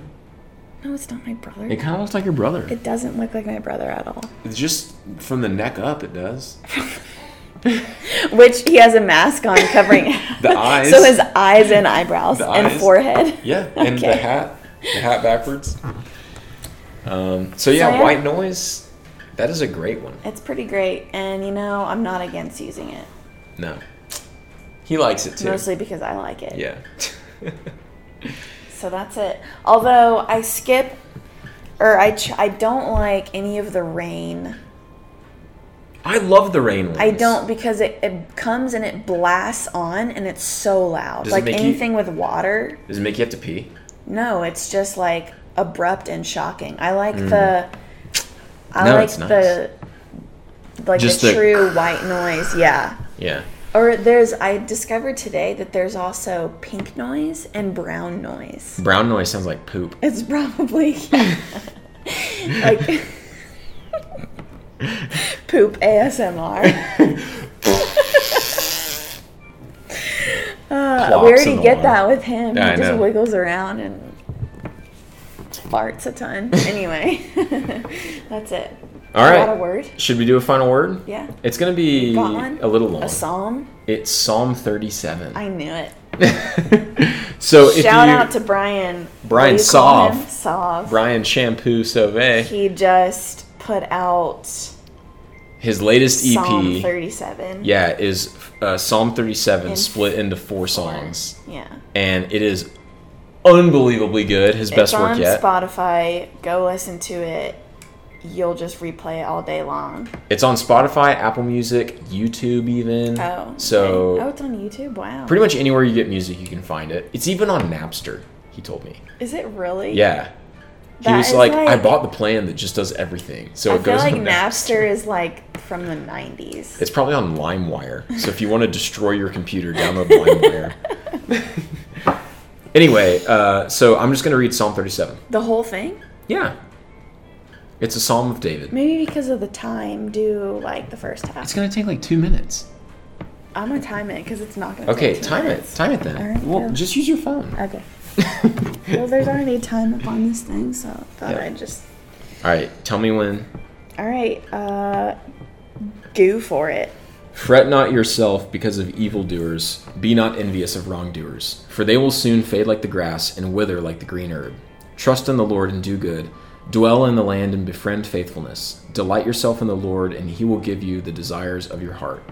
Speaker 3: no, it's not my brother.
Speaker 2: It kind of looks like your brother.
Speaker 3: it doesn't look like my brother at all.
Speaker 2: It's just from the neck up,
Speaker 3: [laughs]
Speaker 2: it does.
Speaker 3: Which he has a mask on covering
Speaker 2: [laughs]
Speaker 3: [laughs]
Speaker 2: The eyes.
Speaker 3: so his eyes and eyebrows
Speaker 2: The
Speaker 3: and
Speaker 2: eyes.
Speaker 3: forehead.
Speaker 2: Yeah, and the
Speaker 3: Okay.
Speaker 2: hat, the hat backwards. Um, so yeah,
Speaker 3: So, yeah.
Speaker 2: white noise. That is a great one.
Speaker 3: It's pretty great, and you know I'm not against using it,
Speaker 2: No, he likes it too.
Speaker 3: mostly because I like it.
Speaker 2: Yeah. [laughs]
Speaker 3: So that's it. Although I skip, or I ch- I don't like any of the rain.
Speaker 2: I love the rain ones.
Speaker 3: I don't because it, it comes and it blasts on and it's so loud.
Speaker 2: Does it
Speaker 3: like
Speaker 2: make you-
Speaker 3: anything with water.
Speaker 2: Does it make you have to pee?
Speaker 3: No, it's just like abrupt and shocking. I like the. I
Speaker 2: Hmm. No,
Speaker 3: like
Speaker 2: it's nice.
Speaker 3: the. Like
Speaker 2: Just
Speaker 3: the,
Speaker 2: the-
Speaker 3: true white noise, yeah.
Speaker 2: Yeah.
Speaker 3: Or there's I discovered today that there's also pink noise and brown noise.
Speaker 2: Brown noise sounds like poop.
Speaker 3: It's probably [laughs] yeah. like [laughs] poop [laughs] ASMR. Uh, we
Speaker 2: Plops in
Speaker 3: already
Speaker 2: the
Speaker 3: get
Speaker 2: water.
Speaker 3: that with him.
Speaker 2: Yeah, I
Speaker 3: he just
Speaker 2: know.
Speaker 3: wiggles around and farts a
Speaker 2: [laughs]
Speaker 3: ton. Anyway, [laughs] that's it.
Speaker 2: All right.
Speaker 3: Is that a word?
Speaker 2: Should we do a final word?
Speaker 3: Yeah.
Speaker 2: It's gonna be
Speaker 3: Got one?
Speaker 2: a little long.
Speaker 3: A psalm?
Speaker 2: It's Psalm 37.
Speaker 3: I knew it.
Speaker 2: [laughs] so if
Speaker 3: Shout
Speaker 2: you,
Speaker 3: out to Brian.
Speaker 2: Brian
Speaker 3: What do you call
Speaker 2: Sov.
Speaker 3: him? Sov.
Speaker 2: Brian Shampoo Sauvé,
Speaker 3: He just put out
Speaker 2: his latest EP.
Speaker 3: Psalm 37.
Speaker 2: E Yeah, is uh, Psalm 37
Speaker 3: In
Speaker 2: split into four songs,
Speaker 3: Yeah.
Speaker 2: and it is unbelievably good. His
Speaker 3: it's
Speaker 2: best work
Speaker 3: on
Speaker 2: yet.
Speaker 3: Spotify. Go listen to it. You'll just replay it all day long.
Speaker 2: It's on Spotify, Apple Music, YouTube, even.
Speaker 3: Oh.
Speaker 2: so
Speaker 3: okay. Oh, it's on YouTube. Wow.
Speaker 2: pretty much anywhere you get music, you can find it. It's even on Napster. He told me.
Speaker 3: Is it really?
Speaker 2: Yeah, he
Speaker 3: That
Speaker 2: was
Speaker 3: is
Speaker 2: like, I
Speaker 3: like-
Speaker 2: bought the plan that just does everything, so
Speaker 3: I
Speaker 2: it
Speaker 3: feel
Speaker 2: goes
Speaker 3: like
Speaker 2: on
Speaker 3: Napster is like from the 90s.
Speaker 2: It's probably on LimeWire. So if you want to destroy your computer, download
Speaker 3: [laughs]
Speaker 2: LimeWire. anyway, uh, so I'm just going to read Psalm 37.
Speaker 3: The whole thing?
Speaker 2: Yeah. It's a Psalm of David.
Speaker 3: Maybe because of the time, do like the first half.
Speaker 2: It's going to take like two minutes.
Speaker 3: I'm gonna time it because it's not gonna.
Speaker 2: Okay,
Speaker 3: take two
Speaker 2: time
Speaker 3: minutes.
Speaker 2: it. Time it then.
Speaker 3: All right,
Speaker 2: well,
Speaker 3: yeah.
Speaker 2: just use your phone. All [laughs]
Speaker 3: Okay. well, there's already time up on this thing, so I thought
Speaker 2: Yeah.
Speaker 3: I'd just.
Speaker 2: right, tell me when.
Speaker 3: All right. Uh, go for it.
Speaker 2: Fret not yourself because of evildoers. Be not envious of wrongdoers, for they will soon fade like the grass and wither like the green herb. Trust in the Lord and do good. Dwell in the land and befriend faithfulness. Delight yourself in the Lord, and he will give you the desires of your heart.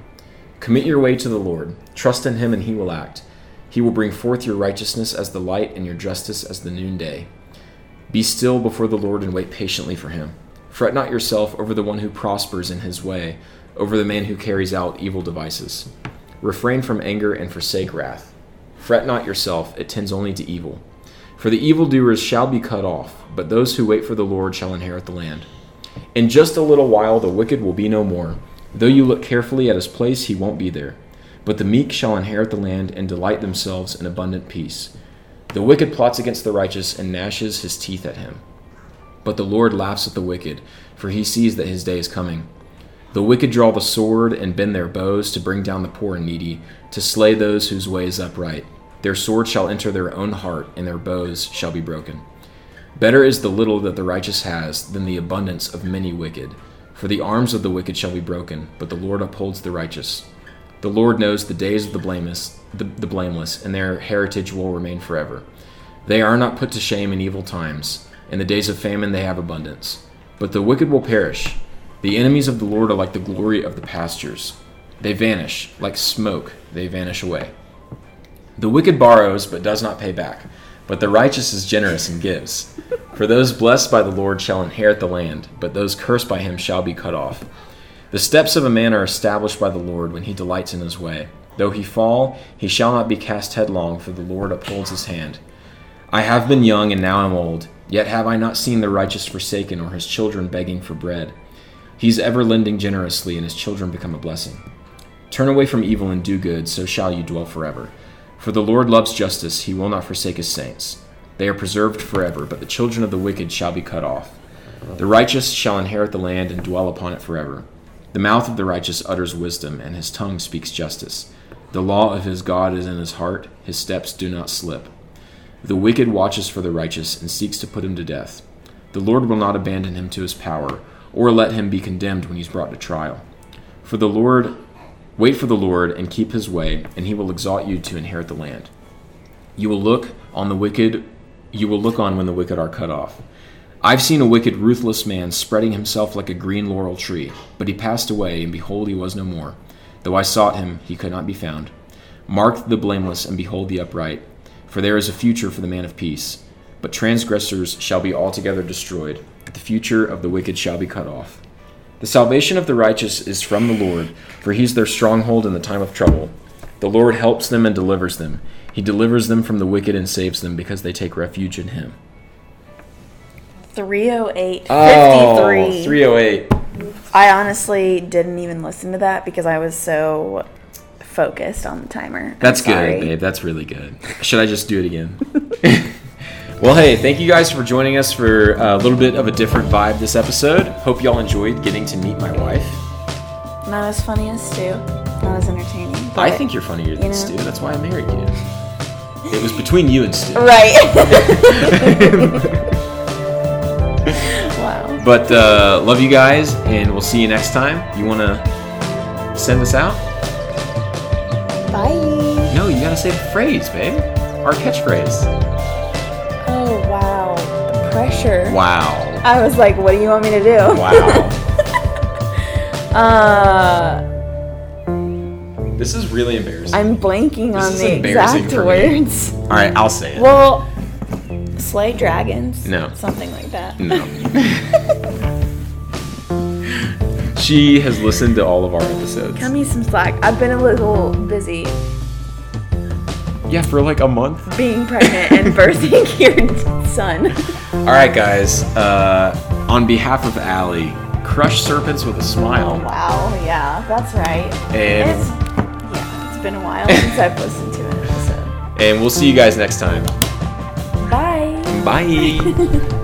Speaker 2: Commit your way to the Lord. Trust in him, and he will act. He will bring forth your righteousness as the light and your justice as the noonday. Be still before the Lord and wait patiently for him. Fret not yourself over the one who prospers in his way, over the man who carries out evil devices. Refrain from anger and forsake wrath. Fret not yourself, it tends only to evil. For the evildoers shall be cut off, but those who wait for the Lord shall inherit the land. In just a little while the wicked will be no more. Though you look carefully at his place, he won't be there. But the meek shall inherit the land and delight themselves in abundant peace. The wicked plots against the righteous and gnashes his teeth at him. But the Lord laughs at the wicked, for he sees that his day is coming. The wicked draw the sword and bend their bows to bring down the poor and needy, to slay those whose way is upright. Their sword shall enter their own heart, and their bows shall be broken. Better is the little that the righteous has than the abundance of many wicked. For the arms of the wicked shall be broken, but the Lord upholds the righteous. The Lord knows the days of the blameless, the, the blameless, and their heritage will remain forever. They are not put to shame in evil times. In the days of famine they have abundance. But the wicked will perish. The enemies of the Lord are like the glory of the pastures. They vanish, like smoke, they vanish away. The wicked borrows, but does not pay back, but the righteous is generous and gives. For those blessed by the Lord shall inherit the land, but those cursed by him shall be cut off. The steps of a man are established by the Lord when he delights in his way. Though he fall, he shall not be cast headlong, for the Lord upholds his hand. I have been young, and now am old, yet have I not seen the righteous forsaken, or his children begging for bread. He is ever lending generously, and his children become a blessing. Turn away from evil and do good, so shall you dwell forever. For the Lord loves justice, he will not forsake his saints. They are preserved forever, but the children of the wicked shall be cut off. The righteous shall inherit the land and dwell upon it forever. The mouth of the righteous utters wisdom, and his tongue speaks justice. The law of his God is in his heart, his steps do not slip. The wicked watches for the righteous and seeks to put him to death. The Lord will not abandon him to his power, or let him be condemned when he's brought to trial. For the Lord, wait for the Lord and keep his way, and he will exalt you to inherit the land. You will look on the wicked, you will look on when the wicked are cut off. I've seen a wicked, ruthless man spreading himself like a green laurel tree, but he passed away, and behold, he was no more. Though I sought him, he could not be found. Mark the blameless, and behold the upright, for there is a future for the man of peace. But transgressors shall be altogether destroyed, the future of the wicked shall be cut off. The salvation of the righteous is from the Lord, for he is their stronghold in the time of trouble. The Lord helps them and delivers them. He delivers them from the wicked and saves them because they take refuge in him.
Speaker 3: 308
Speaker 2: Oh,
Speaker 3: 53.
Speaker 2: 308.
Speaker 3: I honestly didn't even listen to that because I was so focused on the timer. I'm
Speaker 2: That's
Speaker 3: sorry.
Speaker 2: good, babe. That's really good. Should I just do it again? [laughs] well, hey, thank you guys for joining us for a little bit of a different vibe this episode. Hope y'all enjoyed getting to meet my wife.
Speaker 3: Not as funny as Stu. Not as entertaining.
Speaker 2: I
Speaker 3: but-
Speaker 2: think you're funnier than
Speaker 3: know.
Speaker 2: Stu. That's why I married you. It was between you and Stu. [laughs]
Speaker 3: Right. [laughs] wow.
Speaker 2: But uh, love you guys, and we'll see you next time. You want to send us out?
Speaker 3: Bye.
Speaker 2: No, you got to say the phrase, babe. Our catchphrase.
Speaker 3: Oh, wow. The pressure.
Speaker 2: Wow.
Speaker 3: I was like, what do you want me to do? [laughs]
Speaker 2: Wow.
Speaker 3: Uh,
Speaker 2: this is really embarrassing.
Speaker 3: I'm blanking
Speaker 2: This
Speaker 3: on
Speaker 2: is
Speaker 3: the
Speaker 2: embarrassing
Speaker 3: exact
Speaker 2: for me.
Speaker 3: words.
Speaker 2: All right, I'll say it.
Speaker 3: Well, slay dragons.
Speaker 2: No.
Speaker 3: Something like that.
Speaker 2: No. [laughs] she has listened to all of our episodes.
Speaker 3: Cut me some slack. I've been a little busy
Speaker 2: Yeah, for like a month.
Speaker 3: being pregnant [laughs] and birthing your son.
Speaker 2: All right, guys. Uh, on behalf of Allie, crush serpents with a smile.
Speaker 3: Oh, Wow, yeah, that's right.
Speaker 2: And-
Speaker 3: it's, yeah, it's been a while since I've listened to an episode.
Speaker 2: And we'll see you guys next time.
Speaker 3: Bye.
Speaker 2: Bye.